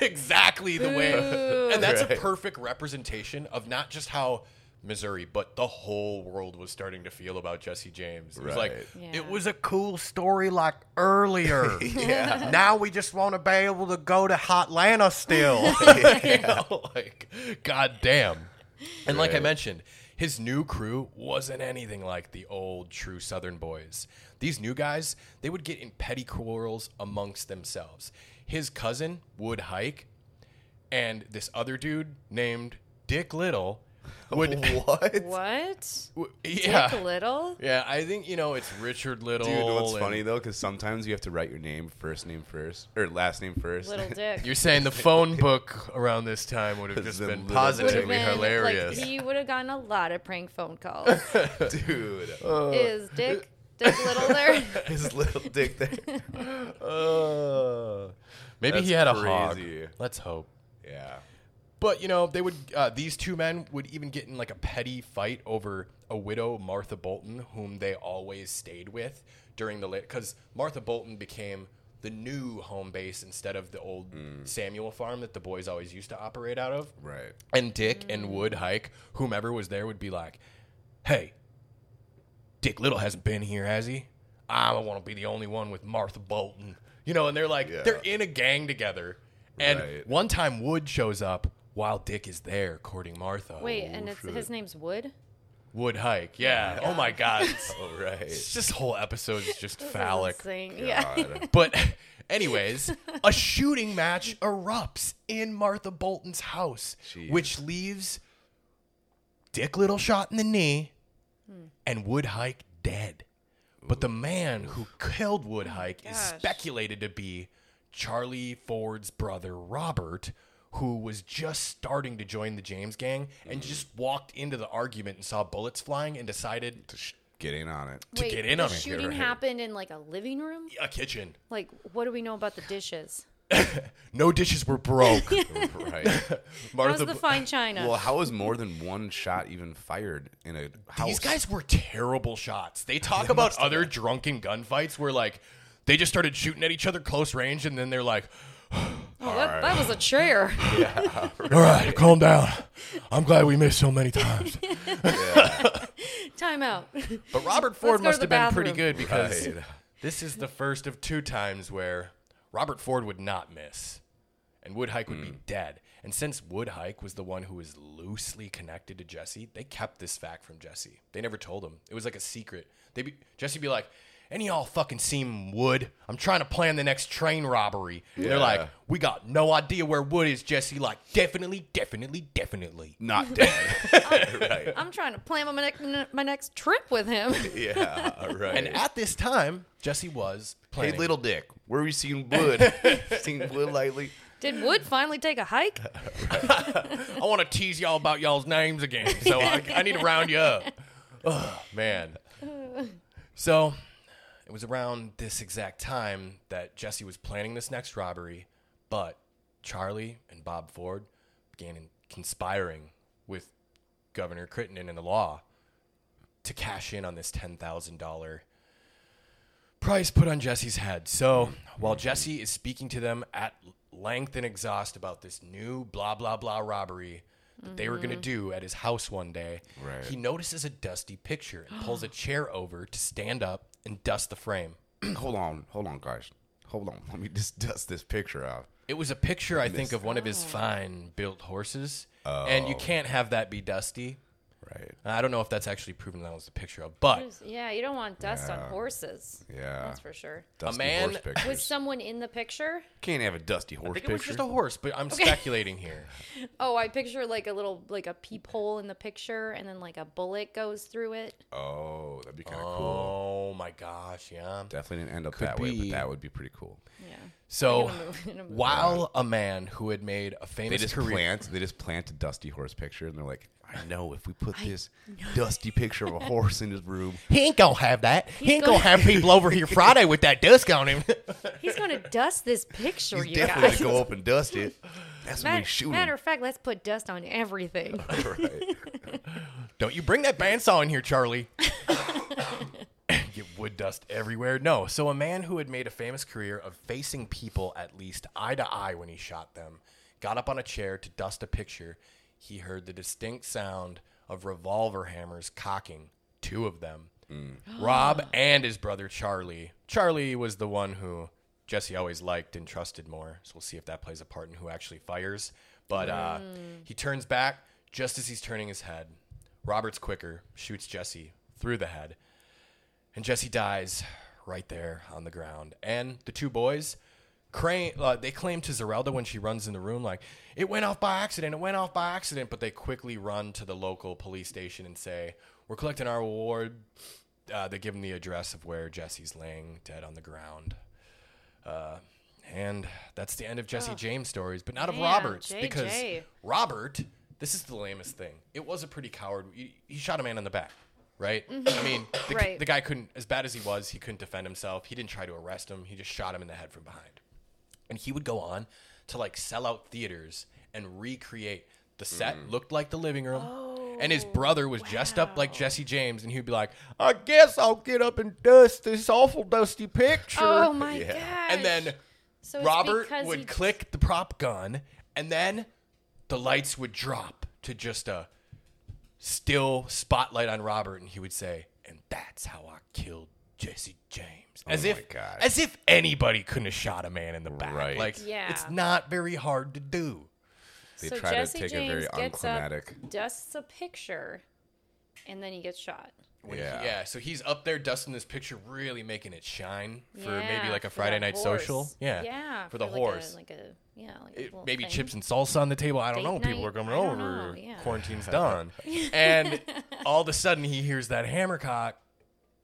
[SPEAKER 1] <laughs> exactly the way.
[SPEAKER 3] Boo.
[SPEAKER 1] And that's a
[SPEAKER 2] Right.
[SPEAKER 1] perfect representation of not just how Missouri, but the whole world was starting to feel about Jesse James. It was like,
[SPEAKER 2] Right.
[SPEAKER 3] Yeah.
[SPEAKER 1] it was a cool story like earlier.
[SPEAKER 2] <laughs> Yeah.
[SPEAKER 1] <laughs> Now we just want to be able to go to Hotlanta
[SPEAKER 2] <laughs>
[SPEAKER 1] still. <laughs> You know, like, God damn. And like I
[SPEAKER 2] Right.
[SPEAKER 1] mentioned, his new crew wasn't anything like the old true Southern boys. These new guys, they would get in petty quarrels amongst themselves. His cousin, Wood Hike, and this other dude named Dick Little would.
[SPEAKER 2] <laughs>
[SPEAKER 1] <laughs>
[SPEAKER 2] what?
[SPEAKER 3] What?
[SPEAKER 1] w- yeah.
[SPEAKER 3] Dick Little?
[SPEAKER 1] Yeah, I think, you know, it's Richard Little.
[SPEAKER 2] Dude, you know what's
[SPEAKER 1] and-
[SPEAKER 2] funny though? Because sometimes you have to write your name first, name first, or last name first. <laughs>
[SPEAKER 1] <laughs>
[SPEAKER 3] Little Dick.
[SPEAKER 1] You're saying the phone book around this time would have
[SPEAKER 2] Has
[SPEAKER 1] just
[SPEAKER 2] been
[SPEAKER 1] been
[SPEAKER 2] little-
[SPEAKER 3] Would've
[SPEAKER 1] positively
[SPEAKER 3] been, like,
[SPEAKER 1] hilarious.
[SPEAKER 3] he would have gotten a lot of prank phone calls.
[SPEAKER 2] Dude,
[SPEAKER 3] Oh. is Dick Dick Little there?
[SPEAKER 2] his little dick there.
[SPEAKER 1] Uh, maybe
[SPEAKER 2] That's
[SPEAKER 1] he had a
[SPEAKER 2] crazy.
[SPEAKER 1] hog. Let's hope.
[SPEAKER 2] Yeah.
[SPEAKER 1] But you know, they would. Uh, these two men would even get in like a petty fight over a widow, Martha Bolton, whom they always stayed with during the lit. Because Martha Bolton became the new home base instead of the old Samuel farm that the boys always used to operate out of.
[SPEAKER 2] Right.
[SPEAKER 1] And Dick and Wood Hike, whomever was there, would be like, "Hey, Dick Little hasn't been here, has he? I want to be the only one with Martha Bolton, you know." And they're like,
[SPEAKER 2] Yeah.
[SPEAKER 1] they're in a gang together. And
[SPEAKER 2] Right.
[SPEAKER 1] one time, Wood shows up while Dick is there courting Martha.
[SPEAKER 3] <laughs> Wait, and it's
[SPEAKER 2] shit.
[SPEAKER 3] his name's Wood?
[SPEAKER 1] Wood Hike, yeah. Oh my God, it's,
[SPEAKER 2] All right.
[SPEAKER 1] it's- this whole episode is just phallic.
[SPEAKER 3] Insane. Yeah.
[SPEAKER 2] God.
[SPEAKER 1] But, <laughs> anyways, a shooting match erupts in Martha Bolton's house,
[SPEAKER 2] Jeez.
[SPEAKER 1] which leaves Dick Little shot in the knee and Wood Hike dead. But the man who killed Wood Hike is
[SPEAKER 3] gosh.
[SPEAKER 1] speculated to be Charlie Ford's brother Robert, who was just starting to join the James gang and
[SPEAKER 2] Mm.
[SPEAKER 1] just walked into the argument and saw bullets flying and decided
[SPEAKER 2] to sh- get in on it.
[SPEAKER 1] to
[SPEAKER 3] Wait,
[SPEAKER 1] get in
[SPEAKER 3] the
[SPEAKER 1] on it.
[SPEAKER 3] shooting happened in like a living room.
[SPEAKER 1] a kitchen.
[SPEAKER 3] Like, what do we know about the dishes?
[SPEAKER 1] No dishes were broke.
[SPEAKER 2] <laughs> right.
[SPEAKER 1] Martha,
[SPEAKER 3] How's the fine china?
[SPEAKER 2] Well, how is more than one shot even fired in a house?
[SPEAKER 1] These guys were terrible shots. They talk about other drunken gunfights where like they just started shooting at each other close range and then they're like,
[SPEAKER 3] oh, that, that was a chair. <laughs>
[SPEAKER 1] "All right, calm down. I'm glad we missed so many times."
[SPEAKER 3] Time out.
[SPEAKER 1] But Robert Ford
[SPEAKER 3] go to
[SPEAKER 1] must
[SPEAKER 3] the
[SPEAKER 1] have been pretty
[SPEAKER 3] bathroom.
[SPEAKER 1] good because this is the first of two times where Robert Ford would not miss and Woodhike would be
[SPEAKER 2] Hmm.
[SPEAKER 1] dead. And since Woodhike was the one who was loosely connected to Jesse, they kept this fact from Jesse. They never told him. It was like a secret. They be, Jesse be like, "Any y'all fucking seen Wood? I'm trying to plan the next train robbery." And they're
[SPEAKER 2] Yeah.
[SPEAKER 1] like, "We got no idea where Wood is, Jesse. Like, definitely, definitely, definitely."
[SPEAKER 2] not dead. <laughs> right.
[SPEAKER 3] I'm trying to plan my next my next trip with him. <laughs>
[SPEAKER 2] Yeah. Right.
[SPEAKER 1] And at this time, Jesse was
[SPEAKER 2] hey,
[SPEAKER 1] planning.
[SPEAKER 2] little dick, where we seen wood? seen wood lately?
[SPEAKER 3] Did Wood finally take
[SPEAKER 1] <laughs>
[SPEAKER 3] a hike?
[SPEAKER 1] I want to tease y'all about y'all's names again, so I, I need to round you up. Ugh, man. So it was around this exact time that Jesse was planning this next robbery, but Charlie and Bob Ford began in- conspiring with Governor Crittenden and the law to cash in on this ten thousand dollar price put on Jesse's head. So while Jesse is speaking to them at length and exhaust about this new blah blah blah robbery that they were going to do at his house one day,
[SPEAKER 2] Right.
[SPEAKER 1] he notices a dusty picture and pulls a chair over to stand up and dust the frame.
[SPEAKER 2] <clears throat> hold on, hold on, guys. Hold on. Let me just dust this picture off.
[SPEAKER 1] It was a picture, I think, of one of his fine built horses. And you can't have that be dusty.
[SPEAKER 2] Right.
[SPEAKER 1] I don't know if that's actually proven that was the picture of, but
[SPEAKER 3] Yeah, you don't want dust on horses.
[SPEAKER 2] Yeah.
[SPEAKER 3] That's for sure.
[SPEAKER 2] Dusty
[SPEAKER 1] man-
[SPEAKER 2] horse pictures.
[SPEAKER 3] Was someone in the picture?
[SPEAKER 2] Can't have a dusty
[SPEAKER 1] I
[SPEAKER 2] horse
[SPEAKER 1] think it
[SPEAKER 2] picture.
[SPEAKER 1] was just a horse, but I'm speculating here.
[SPEAKER 3] Oh, I picture like a little like a peephole in the picture, and then like a bullet goes through it.
[SPEAKER 2] oh, that'd be kind of cool.
[SPEAKER 1] Oh my gosh, yeah.
[SPEAKER 2] Definitely didn't end up
[SPEAKER 1] Could
[SPEAKER 2] that way,
[SPEAKER 1] be.
[SPEAKER 2] but that would be pretty cool.
[SPEAKER 3] Yeah.
[SPEAKER 1] So
[SPEAKER 3] In a movie- in a movie.
[SPEAKER 1] while a man who had made a
[SPEAKER 2] They
[SPEAKER 1] famous
[SPEAKER 2] just
[SPEAKER 1] career
[SPEAKER 2] plant. They just plant a dusty horse picture, and they're like, "I know if we put this dusty picture of a horse in his
[SPEAKER 3] <laughs>
[SPEAKER 2] room,
[SPEAKER 1] he ain't gonna have that. He ain't
[SPEAKER 3] gonna-
[SPEAKER 1] gonna have people over here Friday with that dusk on him.
[SPEAKER 3] He's gonna dust this picture,
[SPEAKER 2] he's
[SPEAKER 3] you
[SPEAKER 2] definitely
[SPEAKER 3] guys. <laughs>
[SPEAKER 2] gonna go up and dust it. That's when we
[SPEAKER 3] matter,
[SPEAKER 2] shoot
[SPEAKER 3] matter
[SPEAKER 2] him."
[SPEAKER 3] of fact, let's put dust
[SPEAKER 1] <laughs>
[SPEAKER 3] on everything.
[SPEAKER 2] <laughs> Right.
[SPEAKER 1] Don't you bring that bandsaw in here, Charlie. Get wood dust everywhere. No. So, a man who had made a famous career of facing people at least eye to eye when he shot them got up on a chair to dust a picture. He heard the distinct sound of revolver hammers cocking, two of them. Rob and his brother Charlie. Charlie was the one who Jesse always liked and trusted more. So, we'll see if that plays a part in who actually fires. But uh, he turns back just as he's turning his head. Robert's quicker, shoots Jesse through the head, and Jesse dies right there on the ground. And the two boys, Crane, uh, they claim to Zerelda when she runs in the room, like, it went off by accident, it went off by accident, but they quickly run to the local police station and say, we're collecting our reward. Uh, they give them the address of where Jesse's laying dead on the ground. Uh, and that's the end of Jesse James stories, but not of
[SPEAKER 3] Man,
[SPEAKER 1] Robert's
[SPEAKER 3] JJ.
[SPEAKER 1] because Robert, this is the lamest thing. It was a pretty coward. He, he shot a man in the back, right? I mean, the,
[SPEAKER 3] Mm-hmm. Right.
[SPEAKER 1] the guy couldn't, as bad as he was, he couldn't defend himself. He didn't try to arrest him. He just shot him in the head from behind. And he would go on to like sell out theaters and recreate the set looked like the living room. and
[SPEAKER 3] Oh,
[SPEAKER 1] his brother was dressed up like Jesse James, and he'd be like, "I guess I'll get up and dust this awful dusty picture."
[SPEAKER 3] Oh my god!
[SPEAKER 1] and then
[SPEAKER 3] so it's
[SPEAKER 1] Robert
[SPEAKER 3] because
[SPEAKER 1] would
[SPEAKER 3] he-
[SPEAKER 1] click the prop gun, and then the lights would drop to just a still spotlight on Robert, and he would say, "And that's how I killed Jesse James." As
[SPEAKER 2] Oh my
[SPEAKER 1] if,
[SPEAKER 2] God.
[SPEAKER 1] as if anybody couldn't have shot a man in the back.
[SPEAKER 2] Right.
[SPEAKER 1] Like,
[SPEAKER 3] Yeah.
[SPEAKER 1] it's not very hard to do.
[SPEAKER 2] They
[SPEAKER 3] so
[SPEAKER 2] try to
[SPEAKER 3] Jesse
[SPEAKER 2] take a
[SPEAKER 3] James
[SPEAKER 2] very
[SPEAKER 3] gets up,
[SPEAKER 2] unclimatic-
[SPEAKER 3] dusts a picture, and then he gets shot.
[SPEAKER 1] When he-
[SPEAKER 2] Yeah.
[SPEAKER 1] yeah. So he's up there dusting this picture, really making it shine for maybe
[SPEAKER 3] Yeah,
[SPEAKER 1] like a
[SPEAKER 3] for
[SPEAKER 1] Friday
[SPEAKER 3] that
[SPEAKER 1] night
[SPEAKER 3] horse.
[SPEAKER 1] social. Yeah.
[SPEAKER 3] Yeah.
[SPEAKER 1] For, the horse.
[SPEAKER 3] Like a, like a yeah. Like a
[SPEAKER 1] It-
[SPEAKER 3] little
[SPEAKER 1] maybe
[SPEAKER 3] thing.
[SPEAKER 1] chips and salsa on the table. I don't
[SPEAKER 3] Date
[SPEAKER 1] know. People
[SPEAKER 3] night?
[SPEAKER 1] are coming
[SPEAKER 3] I don't
[SPEAKER 1] over.
[SPEAKER 3] know, yeah.
[SPEAKER 1] Quarantine's done. and all of a sudden, he hears that hammer cock,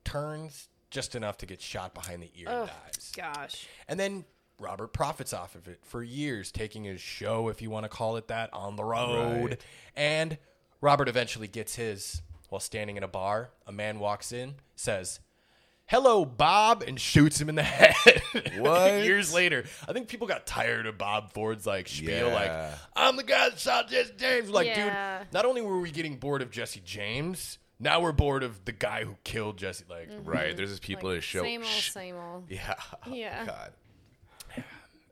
[SPEAKER 1] turns just enough to get shot behind the ear
[SPEAKER 3] Oh
[SPEAKER 1] and dies.
[SPEAKER 3] gosh.
[SPEAKER 1] And then Robert profits off of it for years, taking his show, if you want to call it that, on the road.
[SPEAKER 2] Right.
[SPEAKER 1] And Robert eventually gets his while standing in a bar. A man walks in, says, Hello, Bob, and shoots him in the <laughs> head.
[SPEAKER 2] What?
[SPEAKER 1] Years later, I think people got tired of Bob Ford's like spiel,
[SPEAKER 2] Yeah.
[SPEAKER 1] like "I'm the guy that shot Jesse James." Like,
[SPEAKER 3] Yeah.
[SPEAKER 1] dude, not only were we getting bored of Jesse James, now we're bored of the guy who killed Jesse. Like,
[SPEAKER 2] Right. There's just people
[SPEAKER 3] Like,
[SPEAKER 2] that show.
[SPEAKER 3] Same old,
[SPEAKER 2] Shh.
[SPEAKER 3] same old.
[SPEAKER 2] Yeah.
[SPEAKER 3] Yeah.
[SPEAKER 2] God.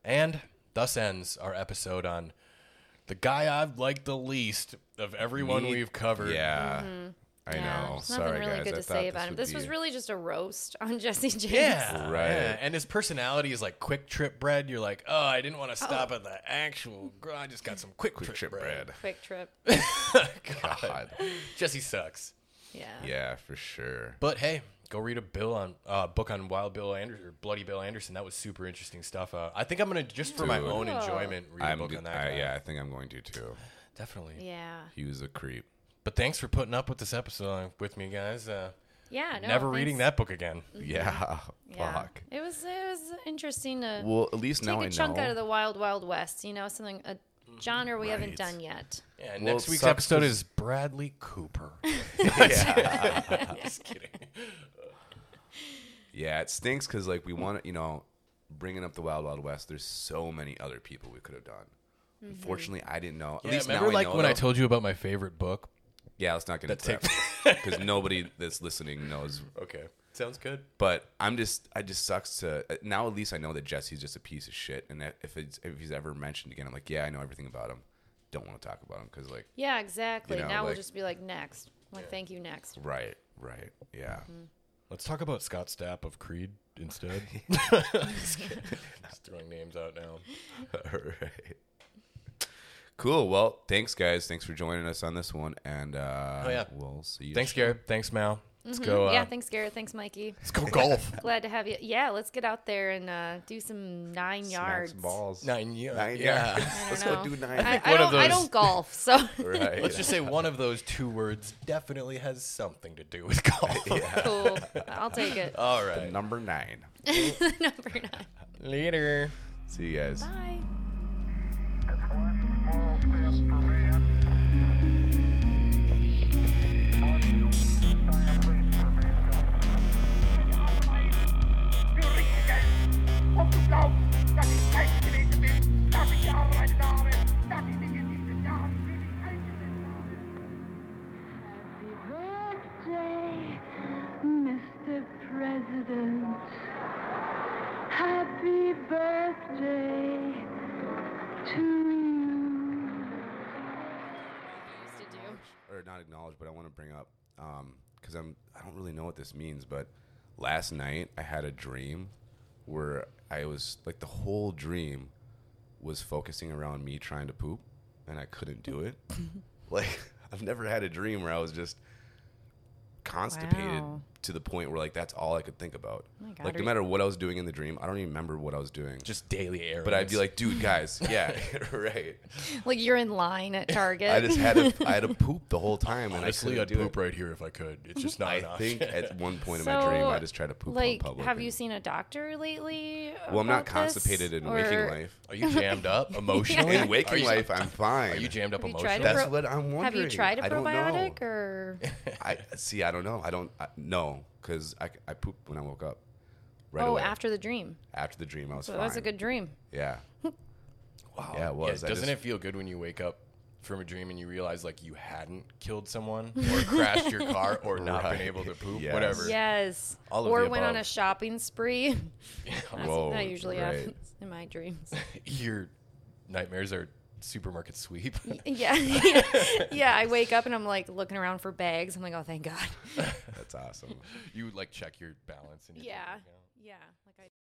[SPEAKER 1] And thus ends our episode on the guy I've liked the least of everyone
[SPEAKER 2] Me-
[SPEAKER 1] we've covered.
[SPEAKER 2] Yeah. I
[SPEAKER 3] Yeah,
[SPEAKER 2] know.
[SPEAKER 3] there's nothing
[SPEAKER 2] Sorry,
[SPEAKER 3] really
[SPEAKER 2] guys.
[SPEAKER 3] good
[SPEAKER 2] I
[SPEAKER 3] to
[SPEAKER 2] thought
[SPEAKER 3] say about him.
[SPEAKER 2] would
[SPEAKER 3] This
[SPEAKER 2] be-
[SPEAKER 3] was really just a roast on <laughs> Jesse James.
[SPEAKER 1] Yeah.
[SPEAKER 2] Right.
[SPEAKER 1] yeah. And his personality is like quick trip bread. You're like, oh, I didn't want to stop at the actual. gr- I just got some quick,
[SPEAKER 2] quick
[SPEAKER 1] trip,
[SPEAKER 2] trip
[SPEAKER 1] bread.
[SPEAKER 2] bread.
[SPEAKER 3] Quick
[SPEAKER 2] <laughs>
[SPEAKER 3] trip.
[SPEAKER 1] <laughs> God.
[SPEAKER 2] God.
[SPEAKER 1] Jesse sucks.
[SPEAKER 3] Yeah.
[SPEAKER 2] Yeah, for sure.
[SPEAKER 1] But hey, go read a bill on uh, book on Wild Bill Anderson or Bloody Bill Anderson. That was super interesting stuff. Uh, I think I'm gonna just for my
[SPEAKER 2] Dude.
[SPEAKER 1] own
[SPEAKER 3] Cool.
[SPEAKER 1] enjoyment read a
[SPEAKER 2] I'm
[SPEAKER 1] book
[SPEAKER 2] d-
[SPEAKER 1] on that.
[SPEAKER 2] I,
[SPEAKER 1] guy.
[SPEAKER 2] yeah, I think I'm going to too.
[SPEAKER 1] definitely.
[SPEAKER 3] Yeah.
[SPEAKER 2] He was a creep.
[SPEAKER 1] But thanks for putting up with this episode with me, guys. Uh,
[SPEAKER 3] Yeah. No,
[SPEAKER 1] never reading
[SPEAKER 3] thanks.
[SPEAKER 1] that book again.
[SPEAKER 2] <laughs> Yeah.
[SPEAKER 3] Yeah.
[SPEAKER 2] Fuck.
[SPEAKER 3] It was it was interesting to
[SPEAKER 2] Well, at least
[SPEAKER 3] take
[SPEAKER 2] now
[SPEAKER 3] a
[SPEAKER 2] I
[SPEAKER 3] chunk
[SPEAKER 2] know.
[SPEAKER 3] out of the wild wild west. You know, something a
[SPEAKER 1] Mm-hmm.
[SPEAKER 3] genre we haven't
[SPEAKER 2] Right.
[SPEAKER 3] done yet.
[SPEAKER 1] Yeah,
[SPEAKER 2] Well,
[SPEAKER 1] next
[SPEAKER 2] it
[SPEAKER 1] week's
[SPEAKER 2] sucks
[SPEAKER 1] episode
[SPEAKER 2] 'cause-
[SPEAKER 1] is Bradley <laughs> Cooper. Just kidding.
[SPEAKER 2] yeah, it stinks because like we want to, you know, bringing up the Wild Wild West. There's so many other people we could have done.
[SPEAKER 3] Mm-hmm.
[SPEAKER 2] Unfortunately, I didn't know. At
[SPEAKER 1] Yeah,
[SPEAKER 2] least
[SPEAKER 1] remember,
[SPEAKER 2] now
[SPEAKER 1] like
[SPEAKER 2] I know,
[SPEAKER 1] when I
[SPEAKER 2] though.
[SPEAKER 1] told you about my favorite book?
[SPEAKER 2] Yeah, let's not get into
[SPEAKER 1] tick-
[SPEAKER 2] <laughs> that because nobody that's listening knows.
[SPEAKER 1] Okay, sounds good.
[SPEAKER 2] But I'm just, I just sucks to now. At least I know that Jesse's just a piece of shit, and that if it's if he's ever mentioned again, I'm like, yeah, I know everything about him. Don't want to talk about him because like,
[SPEAKER 3] Yeah, exactly.
[SPEAKER 2] know,
[SPEAKER 3] now we'll
[SPEAKER 2] like-
[SPEAKER 3] just be like next. Like thank you next.
[SPEAKER 2] right, right, yeah.
[SPEAKER 3] Mm-hmm.
[SPEAKER 1] Let's talk about Scott Stapp of Creed instead. <laughs> Just kidding. Just throwing names out now.
[SPEAKER 2] <laughs> All right. Cool. Well, thanks, guys. Thanks for joining us on this one, and uh,
[SPEAKER 1] Oh, yeah.
[SPEAKER 2] we'll see you.
[SPEAKER 1] Thanks, Garrett. Thanks, Mal. Let's go. Uh,
[SPEAKER 3] yeah, thanks Garrett. Thanks Mikey.
[SPEAKER 1] let's go golf.
[SPEAKER 3] Glad to have you. Yeah, let's get out there and uh, do some nine
[SPEAKER 2] Smack
[SPEAKER 3] yards.
[SPEAKER 2] some
[SPEAKER 1] <laughs>
[SPEAKER 2] balls.
[SPEAKER 1] Nine years.
[SPEAKER 2] Nine
[SPEAKER 1] yeah.
[SPEAKER 2] yards.
[SPEAKER 3] I don't
[SPEAKER 2] Let's go
[SPEAKER 3] know.
[SPEAKER 2] do nine.
[SPEAKER 3] I, I
[SPEAKER 1] one of
[SPEAKER 3] don't. I
[SPEAKER 1] those-
[SPEAKER 3] don't golf, so
[SPEAKER 2] <laughs>
[SPEAKER 1] <laughs>
[SPEAKER 2] right.
[SPEAKER 1] Let's just say one of those two words definitely has something to do with <laughs>
[SPEAKER 2] <laughs>
[SPEAKER 1] golf.
[SPEAKER 3] <laughs> cool. I'll take it.
[SPEAKER 1] All right.
[SPEAKER 2] number nine.
[SPEAKER 3] <laughs> Number nine.
[SPEAKER 1] Later.
[SPEAKER 2] See you guys.
[SPEAKER 3] Bye.
[SPEAKER 5] It's one small step for man. One giant leap for mankind.
[SPEAKER 4] Happy birthday, Mr. President. Happy birthday to you.
[SPEAKER 3] Used to do.
[SPEAKER 2] or not acknowledge, but I want to bring up because I'm I don't really know what this means, but last night I had a dream where I was like the whole dream was focusing around me trying to poop and I couldn't do
[SPEAKER 3] <laughs>
[SPEAKER 2] it. like I've never had a dream where I was just constipated
[SPEAKER 3] Wow. Oh
[SPEAKER 2] to the point where like that's all I could think about.
[SPEAKER 3] my God,
[SPEAKER 2] like
[SPEAKER 3] are
[SPEAKER 2] no matter what I was doing in the dream, I don't even remember what I was doing.
[SPEAKER 1] Just daily errands.
[SPEAKER 2] but I'd be like, dude, guys, yeah, <laughs>
[SPEAKER 3] <laughs>
[SPEAKER 2] right.
[SPEAKER 3] Like you're in line at
[SPEAKER 2] <laughs>
[SPEAKER 3] Target.
[SPEAKER 2] I just had a, I had a poop the whole time, and
[SPEAKER 1] honestly,
[SPEAKER 2] I
[SPEAKER 1] I'd
[SPEAKER 2] couldn't do it.
[SPEAKER 1] poop right here if I could. It's just not an <laughs>
[SPEAKER 2] I
[SPEAKER 1] option.
[SPEAKER 2] think at one point in my dream, I just tried to poop
[SPEAKER 3] like,
[SPEAKER 2] on public.
[SPEAKER 3] Have you
[SPEAKER 2] and-
[SPEAKER 3] seen a doctor lately?
[SPEAKER 2] Well, I'm not
[SPEAKER 3] about this?
[SPEAKER 2] constipated in waking
[SPEAKER 3] Or
[SPEAKER 2] life.
[SPEAKER 1] Are you jammed
[SPEAKER 2] <laughs>
[SPEAKER 1] up emotionally?
[SPEAKER 2] In
[SPEAKER 1] Oh, Are
[SPEAKER 2] waking
[SPEAKER 1] you-
[SPEAKER 2] life, I'm
[SPEAKER 1] <laughs>
[SPEAKER 2] fine.
[SPEAKER 1] Are you jammed up
[SPEAKER 3] Have you tried
[SPEAKER 1] emotionally?
[SPEAKER 3] it?
[SPEAKER 2] That's
[SPEAKER 3] Pro-
[SPEAKER 2] what I'm wondering.
[SPEAKER 3] Have you tried a
[SPEAKER 2] I don't know.
[SPEAKER 3] probiotic or?
[SPEAKER 2] I see. I don't know. I don't I, no because I, I pooped when I woke up. Right
[SPEAKER 3] oh,
[SPEAKER 2] away.
[SPEAKER 3] after the dream.
[SPEAKER 2] after the dream, I was
[SPEAKER 3] So
[SPEAKER 2] fine.
[SPEAKER 3] that was a good dream. <laughs>
[SPEAKER 2] Yeah.
[SPEAKER 1] Wow.
[SPEAKER 2] Yeah, it was. I
[SPEAKER 1] doesn't
[SPEAKER 2] just-
[SPEAKER 1] it feel good when you wake up from a dream and you realize like you hadn't killed
[SPEAKER 3] <laughs>
[SPEAKER 1] someone or crashed your car or not
[SPEAKER 2] Right.
[SPEAKER 1] been able
[SPEAKER 2] <laughs>
[SPEAKER 1] to poop,
[SPEAKER 2] Yes.
[SPEAKER 1] whatever.
[SPEAKER 3] Yes.
[SPEAKER 1] All of
[SPEAKER 3] or
[SPEAKER 1] the
[SPEAKER 3] went on
[SPEAKER 1] above.
[SPEAKER 3] a shopping spree. <laughs> That's
[SPEAKER 2] Whoa,
[SPEAKER 3] what that usually
[SPEAKER 2] right.
[SPEAKER 3] happens in my
[SPEAKER 2] <laughs>
[SPEAKER 3] dreams.
[SPEAKER 1] Your nightmares are supermarket sweep. <laughs>
[SPEAKER 3] yeah. <laughs> yeah. Yeah. I wake up and I'm like looking around for bags. I'm like, oh, thank God.
[SPEAKER 2] That's awesome.
[SPEAKER 1] you like check your balance. And your
[SPEAKER 3] Yeah.
[SPEAKER 1] bank account.
[SPEAKER 3] Yeah.